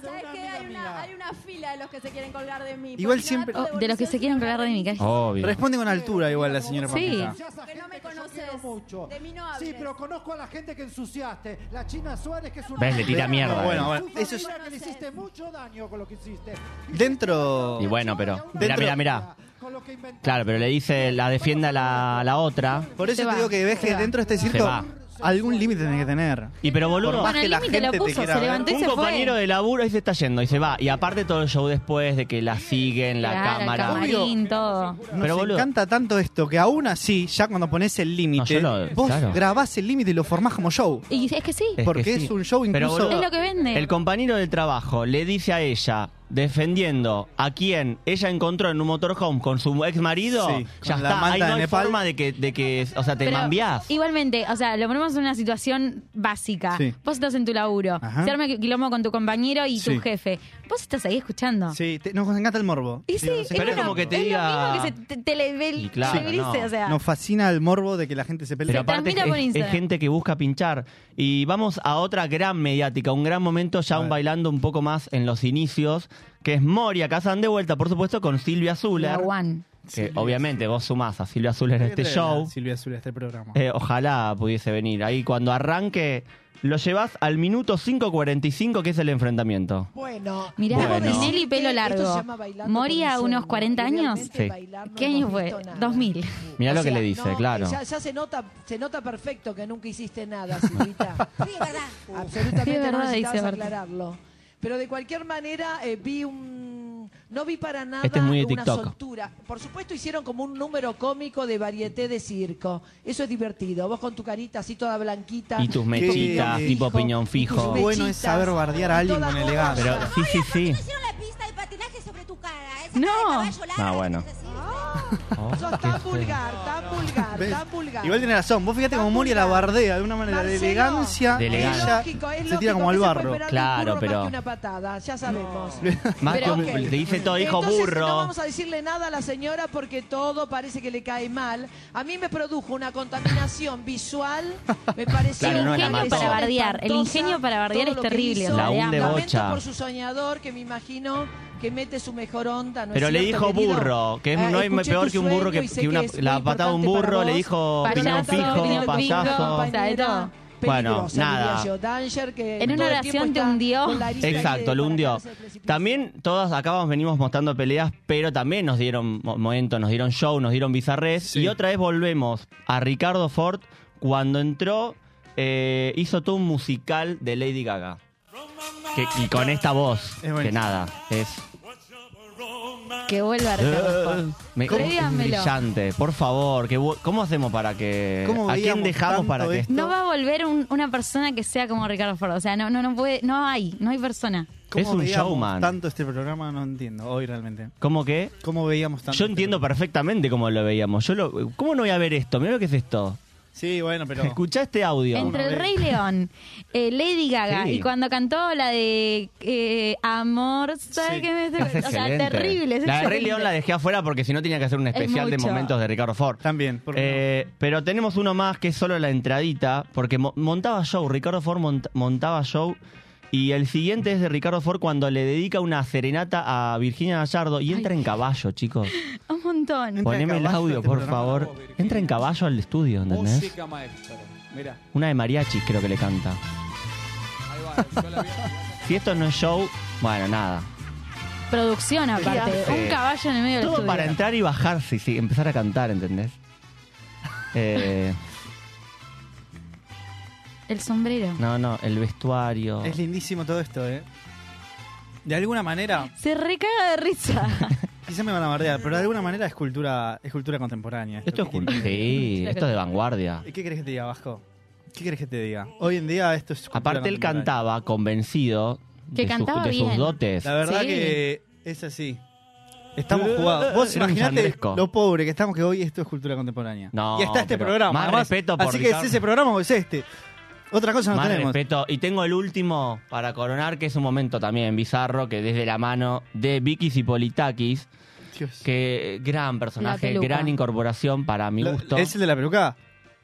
Speaker 13: ¿Sabes qué? Hay una, hay una fila de los que se quieren colgar de mí.
Speaker 3: Igual
Speaker 13: porque
Speaker 3: siempre-
Speaker 13: nada,
Speaker 2: Oh, de los que se quieren colgar de mi calle.
Speaker 1: Obvio.
Speaker 3: Responde con altura igual la señora
Speaker 2: Sí.
Speaker 3: Pampita.
Speaker 13: Que no me conoces.
Speaker 14: mucho.
Speaker 13: De mí no
Speaker 14: Sí,
Speaker 13: hables.
Speaker 14: pero conozco a la gente que ensuciaste. La China Suárez, que es una.
Speaker 1: ¿Ves? Le tira mierda.
Speaker 3: Bueno, bueno,
Speaker 14: Tu
Speaker 3: eso es-
Speaker 14: familia que le hiciste mucho daño con lo que hiciste.
Speaker 3: Dentro.
Speaker 1: Y bueno, pero. Mira,
Speaker 3: Dentro-
Speaker 1: mira, mira. Claro, pero le dice, la defienda la, la otra.
Speaker 3: Por eso te digo que ves que dentro de este
Speaker 1: Se
Speaker 3: circo
Speaker 1: va.
Speaker 3: algún límite tenés que tener.
Speaker 1: Y pero boludo,
Speaker 3: Por más Bueno, que el la límite lo gente te puso, quiera se ver. levantó y
Speaker 1: un
Speaker 3: se fue.
Speaker 1: compañero de laburo ahí se está yendo y se va. Y aparte todo el show después de que la siguen, la
Speaker 2: Claro, el
Speaker 1: cámara.
Speaker 2: camarín, todo.
Speaker 3: Nos
Speaker 1: Pero, boludo.
Speaker 3: encanta tanto esto que aún así, ya cuando pones el límite,
Speaker 1: No, yo lo-
Speaker 3: vos
Speaker 1: claro.
Speaker 3: grabás el límite y lo formás como show.
Speaker 2: Y es que sí.
Speaker 1: que
Speaker 3: Porque es un show
Speaker 1: Pero,
Speaker 3: incluso-
Speaker 1: boludo,
Speaker 2: Es lo que vende.
Speaker 1: El compañero del trabajo le dice a ella, defendiendo a quien ella encontró en un motorhome con su ex marido,
Speaker 3: Sí,
Speaker 1: ya
Speaker 3: con la
Speaker 1: está.
Speaker 3: manta
Speaker 1: Ahí no
Speaker 3: de
Speaker 1: hay
Speaker 3: Nepal.
Speaker 1: forma de que, de que, o sea, te
Speaker 2: Pero
Speaker 1: mambiás.
Speaker 2: Igualmente, o sea, lo ponemos en una situación básica.
Speaker 1: Sí.
Speaker 2: Vos estás en tu laburo,
Speaker 1: Ajá.
Speaker 2: se arma quilombo con tu compañero y
Speaker 3: Sí.
Speaker 2: tu jefe. Vos estás ahí
Speaker 1: Ah.
Speaker 2: escuchando.
Speaker 3: Sí, te- nos encanta el morbo.
Speaker 2: Y
Speaker 3: Sí,
Speaker 2: sí,
Speaker 3: nos
Speaker 2: es,
Speaker 3: encanta el
Speaker 2: lo-
Speaker 3: morbo.
Speaker 2: es lo mismo que se te, televel-
Speaker 1: claro,
Speaker 2: televelice,
Speaker 1: no.
Speaker 2: o sea.
Speaker 3: Nos fascina el morbo de que la gente se pelee.
Speaker 1: Pero aparte
Speaker 2: transmite por
Speaker 1: es, es
Speaker 2: Instagram.
Speaker 1: gente que busca pinchar. Y vamos a otra gran mediática, un gran momento, ya un bailando un poco más en los inicios, que es Moria Casan de vuelta, por supuesto, con Silvia
Speaker 2: La
Speaker 1: Zuller.
Speaker 2: One.
Speaker 1: Que obviamente vos sumás a Silvia Zuller en este show.
Speaker 3: Silvia Azul, este programa.
Speaker 1: Eh, ojalá pudiese venir. Ahí cuando arranque, lo llevas al minuto 5.45, que es el enfrentamiento.
Speaker 11: Bueno,
Speaker 2: Mirá,
Speaker 1: Bueno.
Speaker 2: Tinelli pelo
Speaker 11: Esto se
Speaker 2: largo.
Speaker 11: llama bailando
Speaker 2: Moria,
Speaker 11: con un
Speaker 2: unos
Speaker 11: sueño.
Speaker 2: 40 años.
Speaker 1: Sí.
Speaker 2: ¿Qué año fue? 2000.
Speaker 1: Mirá lo que le dice, claro.
Speaker 11: Ya, ya se nota, se nota perfecto que nunca hiciste nada,
Speaker 1: <laughs>
Speaker 11: Silvita. sí, verdad. <laughs> Absolutamente
Speaker 2: Sí, es
Speaker 11: no
Speaker 2: verdad,
Speaker 11: necesitabas
Speaker 2: dice Berta.
Speaker 11: aclararlo. Pero de cualquier manera eh, vi un no vi para nada
Speaker 1: Este es muy de
Speaker 11: una
Speaker 1: TikTok.
Speaker 11: soltura. Por supuesto hicieron como un número cómico de varieté de circo. Eso es divertido. Vos con tu carita así toda blanquita
Speaker 1: Y tus mechitas,
Speaker 11: Qué-
Speaker 1: tipo piñón
Speaker 11: tus
Speaker 1: fijo.
Speaker 11: mechitas. Bueno es saber
Speaker 3: bardear a alguien
Speaker 11: Todas
Speaker 3: con elegancia.
Speaker 1: Pero sí, sí, sí.
Speaker 11: <laughs>
Speaker 15: hicieron la pista de patinaje sobre tu cara? Esa
Speaker 2: No.
Speaker 15: cara de caballo larga
Speaker 1: Ah,
Speaker 15: que
Speaker 1: bueno.
Speaker 15: tenés así, ¿viste?
Speaker 1: Oh, <laughs> Este
Speaker 11: Sos tan vulgar, tan vulgar,
Speaker 3: ¿Ves?
Speaker 11: tan vulgar.
Speaker 3: Igual tiene razón. Vos fíjate como Mori la bardea de una manera de
Speaker 11: Marcelo,
Speaker 3: elegancia.
Speaker 1: De elegancia.
Speaker 3: Ella
Speaker 11: Es lógico, es
Speaker 3: se tira
Speaker 11: lógico
Speaker 3: como al
Speaker 11: que se
Speaker 3: barro.
Speaker 11: puede esperar de un
Speaker 1: Claro,
Speaker 11: burro
Speaker 1: pero-
Speaker 11: Más que una patada, ya sabemos.
Speaker 1: Más
Speaker 11: Pero
Speaker 1: que
Speaker 11: ok.
Speaker 1: le dice todo, dijo
Speaker 11: Entonces,
Speaker 1: burro.
Speaker 11: No vamos a decirle nada a la señora porque todo parece que le cae mal. A mí me produjo una contaminación visual.
Speaker 1: <laughs>
Speaker 11: Me pareció
Speaker 1: Claro, no, la
Speaker 11: una
Speaker 1: mató.
Speaker 11: cosa
Speaker 2: Para bardear. El
Speaker 11: espantosa,
Speaker 2: ingenio para bardear
Speaker 11: todo
Speaker 2: es
Speaker 11: lo que
Speaker 2: terrible,
Speaker 11: hizo.
Speaker 1: o sea, La de hunde ambas.
Speaker 11: Lamento
Speaker 1: bocha.
Speaker 11: por su soñador, que me imagino que mete su mejor onda. ¿no es
Speaker 1: Pero le
Speaker 11: cierto,
Speaker 1: dijo
Speaker 11: querido?
Speaker 1: burro, que es-
Speaker 11: Eh,
Speaker 1: no hay
Speaker 11: escuché
Speaker 1: peor
Speaker 11: tu
Speaker 1: que un burro
Speaker 11: sueño
Speaker 1: que-
Speaker 11: y sé
Speaker 1: que una-
Speaker 11: es muy
Speaker 1: la patada de un
Speaker 11: importante
Speaker 1: burro,
Speaker 11: para
Speaker 1: le
Speaker 11: vos.
Speaker 1: dijo
Speaker 11: Payaso,
Speaker 1: piñón fijo,
Speaker 11: opinión
Speaker 1: payaso.
Speaker 11: bingo,
Speaker 2: o sea, de todo.
Speaker 1: Bueno,
Speaker 11: peligrosa,
Speaker 1: nada.
Speaker 11: diría yo. Danger que
Speaker 2: En una
Speaker 11: todo el tiempo
Speaker 2: oración te
Speaker 11: está
Speaker 2: hundió.
Speaker 11: con la herida
Speaker 1: Exacto,
Speaker 11: de-
Speaker 1: lo
Speaker 11: para
Speaker 1: hundió.
Speaker 11: caerse del precipicio.
Speaker 1: También todas acá vamos- venimos mostrando peleas, pero también nos dieron mo- momentos, nos dieron show, nos dieron bizarrés. Y otra vez volvemos a Ricardo Ford cuando entró, eh, hizo todo un musical de Lady Gaga. Que- y con esta voz, que nada,
Speaker 3: <laughs>
Speaker 1: es
Speaker 2: Que
Speaker 1: <laughs>
Speaker 2: vuelva a
Speaker 1: Eh,
Speaker 2: Ricardo
Speaker 1: me-
Speaker 2: Ford. Créanmelo.
Speaker 1: brillante. Por favor, que vu- ¿cómo hacemos para que...
Speaker 3: ¿Cómo
Speaker 1: ¿A quién
Speaker 3: veíamos
Speaker 1: dejamos
Speaker 3: tanto
Speaker 1: para que...
Speaker 2: No va a volver un- una persona que sea como Ricardo Ford. O sea, no, no, no puede, no hay, no hay persona.
Speaker 3: ¿Cómo
Speaker 1: Es un
Speaker 3: veíamos
Speaker 1: showman.
Speaker 3: Tanto este programa no entiendo hoy realmente.
Speaker 1: ¿Cómo que?
Speaker 3: ¿Cómo veíamos tanto? este
Speaker 1: Yo entiendo perfectamente cómo lo veíamos. Yo lo, ¿Cómo no voy a ver esto? Mira lo que es esto.
Speaker 3: Sí,
Speaker 1: <laughs>
Speaker 3: bueno, pero.
Speaker 1: Escuchá este audio.
Speaker 2: Entre el Rey León, eh, Lady Gaga
Speaker 1: Sí.
Speaker 2: y cuando cantó la de eh, Amor, ¿sabes qué me
Speaker 1: Es
Speaker 2: O sea,
Speaker 1: excelente.
Speaker 2: terrible. es
Speaker 1: La de Rey
Speaker 2: excelente.
Speaker 1: León la dejé afuera porque si no tenía que hacer un
Speaker 2: Es
Speaker 1: especial de
Speaker 2: mucho.
Speaker 1: momentos de Ricardo Ford.
Speaker 3: También.
Speaker 1: Eh, Pero tenemos uno más que es solo la entradita, porque mo- montaba show, Ricardo Ford mont- montaba show. Y el siguiente es de Ricardo Ford cuando le dedica una serenata a Virginia Gallardo y entra en caballo, chicos.
Speaker 2: Un montón.
Speaker 1: Poneme el audio, por favor. Entra en caballo al estudio, ¿entendés?
Speaker 15: Música maestra. Mirá.
Speaker 1: Una de mariachis creo que le canta.
Speaker 15: Ahí va, yo la vi.
Speaker 1: Si esto no es show, bueno, nada.
Speaker 2: Producción aparte.
Speaker 1: Sí.
Speaker 2: Un caballo en el medio del
Speaker 1: Todo
Speaker 2: estudio.
Speaker 1: para entrar y bajarse y sí, empezar a cantar, ¿entendés? Eh,
Speaker 2: El sombrero.
Speaker 1: no, no, el vestuario.
Speaker 3: Es lindísimo todo esto, ¿eh? De alguna manera.
Speaker 2: Se recaga de
Speaker 1: <laughs>
Speaker 2: risa.
Speaker 3: Quizás me van a bardear, pero de alguna manera es cultura, es cultura contemporánea.
Speaker 1: Esto es cultura. Sí, esto es de vanguardia.
Speaker 3: ¿Qué querés que te diga, Vasco? ¿Qué querés que te diga? Hoy en día esto es. cultura
Speaker 1: Aparte, él
Speaker 3: contemporánea.
Speaker 1: cantaba convencido
Speaker 2: Que
Speaker 1: de, sus-
Speaker 2: cantaba
Speaker 1: de sus
Speaker 2: bien.
Speaker 1: dotes.
Speaker 3: La verdad
Speaker 2: Sí.
Speaker 3: que es así. Estamos jugados. Vos
Speaker 1: Era un
Speaker 3: imaginate
Speaker 1: Yandresco.
Speaker 3: lo pobre que estamos que hoy esto es cultura contemporánea.
Speaker 1: No,
Speaker 3: y está este
Speaker 1: pero
Speaker 3: programa.
Speaker 1: más
Speaker 3: además.
Speaker 1: respeto por
Speaker 3: Así que
Speaker 1: Ricardo.
Speaker 3: es ese programa o es este. Otra cosa no
Speaker 1: Más
Speaker 3: tenemos.
Speaker 1: respeto. Y tengo el último para coronar, que es un momento también bizarro, que desde la mano de Vicky Cipolitakis, que eh, gran personaje,
Speaker 3: peluca.
Speaker 1: gran incorporación para mi
Speaker 3: Lo-
Speaker 1: gusto.
Speaker 3: ¿Es el de la peluca?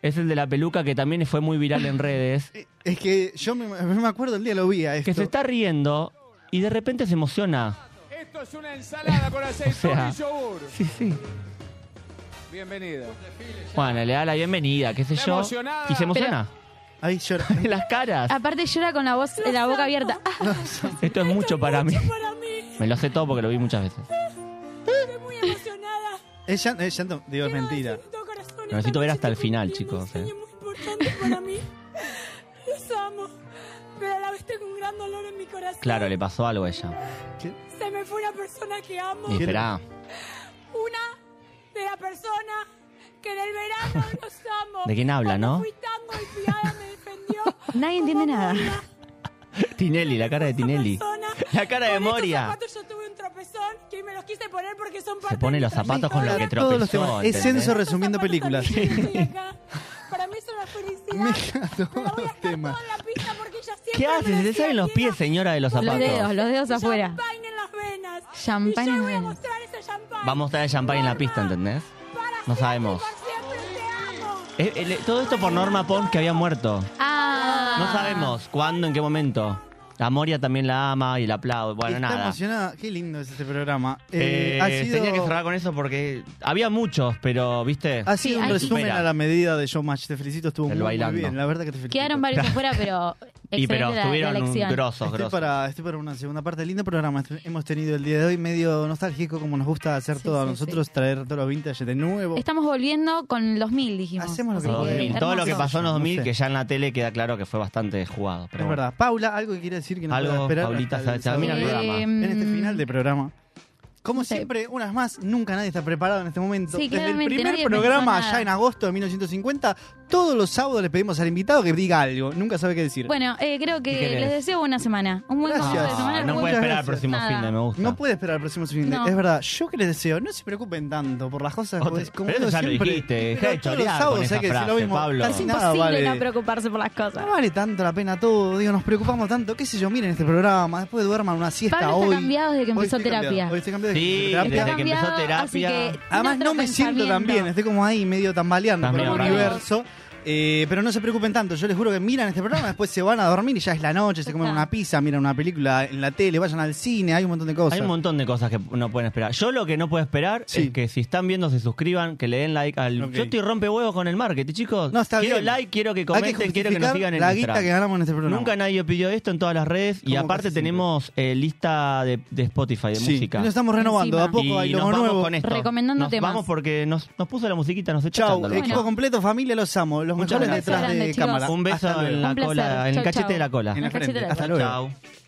Speaker 1: Es el de la peluca que también fue muy viral en
Speaker 3: <laughs>
Speaker 1: redes.
Speaker 3: Es que yo me, me acuerdo el día lo vi a esto.
Speaker 1: Que se está riendo y de repente se emociona.
Speaker 15: Esto es una ensalada con aceitón
Speaker 1: <laughs> sea,
Speaker 15: y yogur.
Speaker 1: Sí, sí.
Speaker 15: Bienvenida.
Speaker 1: Bueno, le da la bienvenida, qué sé
Speaker 15: Está
Speaker 1: yo.
Speaker 15: emocionada.
Speaker 1: Y se emociona.
Speaker 3: Ahí llora.
Speaker 1: Las caras.
Speaker 2: Aparte llora con la voz, la boca abierta. Ah,
Speaker 1: Esto es mucho para mí. Me lo sé todo porque lo vi muchas veces.
Speaker 3: Es llan- es llanto- digo, es mentira.
Speaker 1: Lo necesito ver hasta el final, chicos. eh.
Speaker 16: importante para mí. Los amo. Pero a la vez tengo un gran dolor en mi corazón.
Speaker 1: Claro, le pasó algo a ella.
Speaker 16: Se me fue una persona que amo.
Speaker 1: Y esperá.
Speaker 16: Una de la persona que en el verano los amo.
Speaker 1: ¿De quién habla, no?
Speaker 2: Ah, Nadie entiende nada.
Speaker 1: <laughs> Tinelli, la cara de Tinelli. La cara de Moria.
Speaker 16: Zapatos, yo tuve un tropezón que me los quise poner porque son parte
Speaker 1: Se pone los zapatos con los que
Speaker 3: Todos los
Speaker 1: tropezó.
Speaker 3: temas. Es
Speaker 1: ¿entendés?
Speaker 3: Enzo resumiendo películas. <laughs>
Speaker 16: Para mí es una felicidad.
Speaker 1: <laughs>
Speaker 3: Me encanta todos los temas.
Speaker 1: ¿Qué haces? ¿Te salen los pies, señora de los
Speaker 2: Los dedos,
Speaker 1: zapatos?
Speaker 2: los dedos afuera.
Speaker 16: Champagne en las venas.
Speaker 2: Champagne en las venas.
Speaker 1: Vamos a mostrar el champagne en la pista, ¿entendés? No sabemos. Eh, eh, le- todo esto por Norma Pons que había muerto.
Speaker 2: Ah.
Speaker 1: No sabemos cuándo, en qué momento. A Moria también la ama y la aplaude. Bueno,
Speaker 3: Está
Speaker 1: nada.
Speaker 3: emocionada. Qué lindo es este programa. Eh,
Speaker 1: Eh,
Speaker 3: ha sido,
Speaker 1: Tenía que cerrar con eso porque había muchos, pero, ¿viste?
Speaker 3: ha sido un resumen
Speaker 1: Supera.
Speaker 3: a la medida de Showmatch. Te felicito, estuvo
Speaker 1: El
Speaker 3: muy, muy
Speaker 1: bailando.
Speaker 3: bien. La verdad que te felicito.
Speaker 2: Quedaron
Speaker 1: <laughs>
Speaker 2: varios afuera, pero
Speaker 1: Y
Speaker 2: excelente
Speaker 1: pero
Speaker 2: la- la,
Speaker 1: estuvieron un
Speaker 2: elección.
Speaker 1: grosos,
Speaker 3: Estoy
Speaker 1: grosos.
Speaker 3: Este para, estoy para una segunda parte. Lindo programa este- hemos tenido el día de hoy, medio nostálgico, como nos gusta hacer todo a
Speaker 2: sí,
Speaker 3: nosotros, traer todos los vintage de nuevo.
Speaker 2: Estamos volviendo con los mil, dijimos.
Speaker 3: Hacemos lo que
Speaker 2: Así
Speaker 1: Todo,
Speaker 3: queremos.
Speaker 1: todo lo que
Speaker 3: hermoso.
Speaker 1: pasó en los
Speaker 3: No
Speaker 1: 2000,
Speaker 3: sé.
Speaker 1: que ya en la tele queda claro que fue bastante jugado. Pero
Speaker 3: es
Speaker 1: bueno.
Speaker 3: verdad. Paula, algo que quiere decir que no
Speaker 1: Algo,
Speaker 3: puede esperar.
Speaker 1: Paulita,
Speaker 3: hasta el
Speaker 1: se- termina el
Speaker 3: sábado?
Speaker 1: programa.
Speaker 3: En este final de programa. Como
Speaker 2: sé.
Speaker 3: siempre, unas más, nunca nadie está preparado en este momento.
Speaker 2: Sí,
Speaker 3: Desde el
Speaker 2: claramente,
Speaker 3: primer
Speaker 2: nadie pensó
Speaker 3: programa,
Speaker 2: nada.
Speaker 3: allá en agosto de 1950, Todos los sábados le pedimos al invitado que diga algo. Nunca sabe qué decir.
Speaker 2: Bueno, eh, creo
Speaker 3: ¿Qué
Speaker 2: que
Speaker 3: querés?
Speaker 2: les deseo buena semana. Un buen comienzo de semana.
Speaker 1: no puede esperar
Speaker 3: Muchas
Speaker 1: al
Speaker 3: gracias.
Speaker 1: próximo fin de me gusta.
Speaker 3: No puede esperar al próximo fin de.
Speaker 1: No.
Speaker 3: Es verdad. Yo que les deseo, no se preocupen tanto por las cosas
Speaker 1: Otra-
Speaker 3: como, como
Speaker 1: pero eso
Speaker 3: uno
Speaker 1: ya lo
Speaker 3: siempre-
Speaker 1: dijiste, deja
Speaker 3: Pero
Speaker 1: de
Speaker 3: todos
Speaker 1: chorear
Speaker 3: los sábados
Speaker 1: con
Speaker 3: hay
Speaker 1: esa
Speaker 3: que decir lo
Speaker 1: frase,
Speaker 3: mismo.
Speaker 1: Pablo.
Speaker 3: Casi
Speaker 1: Es
Speaker 3: nada
Speaker 2: Imposible
Speaker 3: vale.
Speaker 2: no preocuparse por las cosas.
Speaker 3: No vale tanto la pena todo, digo, nos preocupamos tanto, qué sé yo, miren este programa, después duerman una siesta
Speaker 2: Pablo
Speaker 3: hoy.
Speaker 2: está cambiado desde que
Speaker 3: Hoy
Speaker 2: empezó
Speaker 3: estoy cambiado,
Speaker 2: terapia.
Speaker 3: hoy estoy cambiado desde
Speaker 1: Sí,
Speaker 3: que empecé terapia.
Speaker 1: desde que empezó terapia.
Speaker 2: que
Speaker 3: Además
Speaker 2: tiene
Speaker 3: no
Speaker 2: otro
Speaker 3: me siento tan
Speaker 2: pensamiento.
Speaker 3: bien, estoy como ahí medio tambaleando por el
Speaker 1: También, raro.
Speaker 3: universo. Eh, pero no se preocupen tanto, yo les juro que miran este programa, después se van a dormir y ya es la noche, se comen una pizza, miran una película en la tele, vayan al cine, hay un montón de cosas.
Speaker 1: Hay un montón de cosas que no pueden esperar. Yo lo que no puedo esperar es que si están viendo se suscriban, que le den like al.
Speaker 3: Ok.
Speaker 1: Yo estoy rompe huevos con el marketing, chicos.
Speaker 3: No, está
Speaker 1: quiero
Speaker 3: bien.
Speaker 1: like, quiero que
Speaker 3: Hay
Speaker 1: comenten, quiero que nos
Speaker 3: justificar
Speaker 1: sigan en
Speaker 3: la
Speaker 1: Instagram.
Speaker 3: guita que ganamos en este programa.
Speaker 1: Nunca nadie pidió esto en todas las redes y
Speaker 3: Como
Speaker 1: aparte
Speaker 3: casi siempre.
Speaker 1: tenemos eh, lista de, de Spotify de
Speaker 3: Sí,
Speaker 1: música.
Speaker 3: y nos estamos renovando, de a poco
Speaker 1: Y
Speaker 3: hay
Speaker 1: nos
Speaker 3: logo
Speaker 1: vamos
Speaker 3: nuevo.
Speaker 1: con esto.
Speaker 2: Recomendando
Speaker 1: nos
Speaker 2: temas.
Speaker 1: Vamos porque nos, nos puso la musiquita, nos está
Speaker 3: Chau,
Speaker 1: echando.
Speaker 3: equipo completo, familia, los amo. Los
Speaker 1: Muchas gracias.
Speaker 3: mejores detrás de
Speaker 1: Grande, chicos.
Speaker 3: cámara.
Speaker 1: Un beso
Speaker 3: Hasta
Speaker 1: en
Speaker 3: luego.
Speaker 1: la Un placer. cola, en el Chau, cachete chau. de la cola.
Speaker 3: En
Speaker 1: En
Speaker 3: la
Speaker 1: el cachete
Speaker 3: frente.
Speaker 1: de la
Speaker 3: Hasta
Speaker 1: cola.
Speaker 3: luego.
Speaker 1: Chau.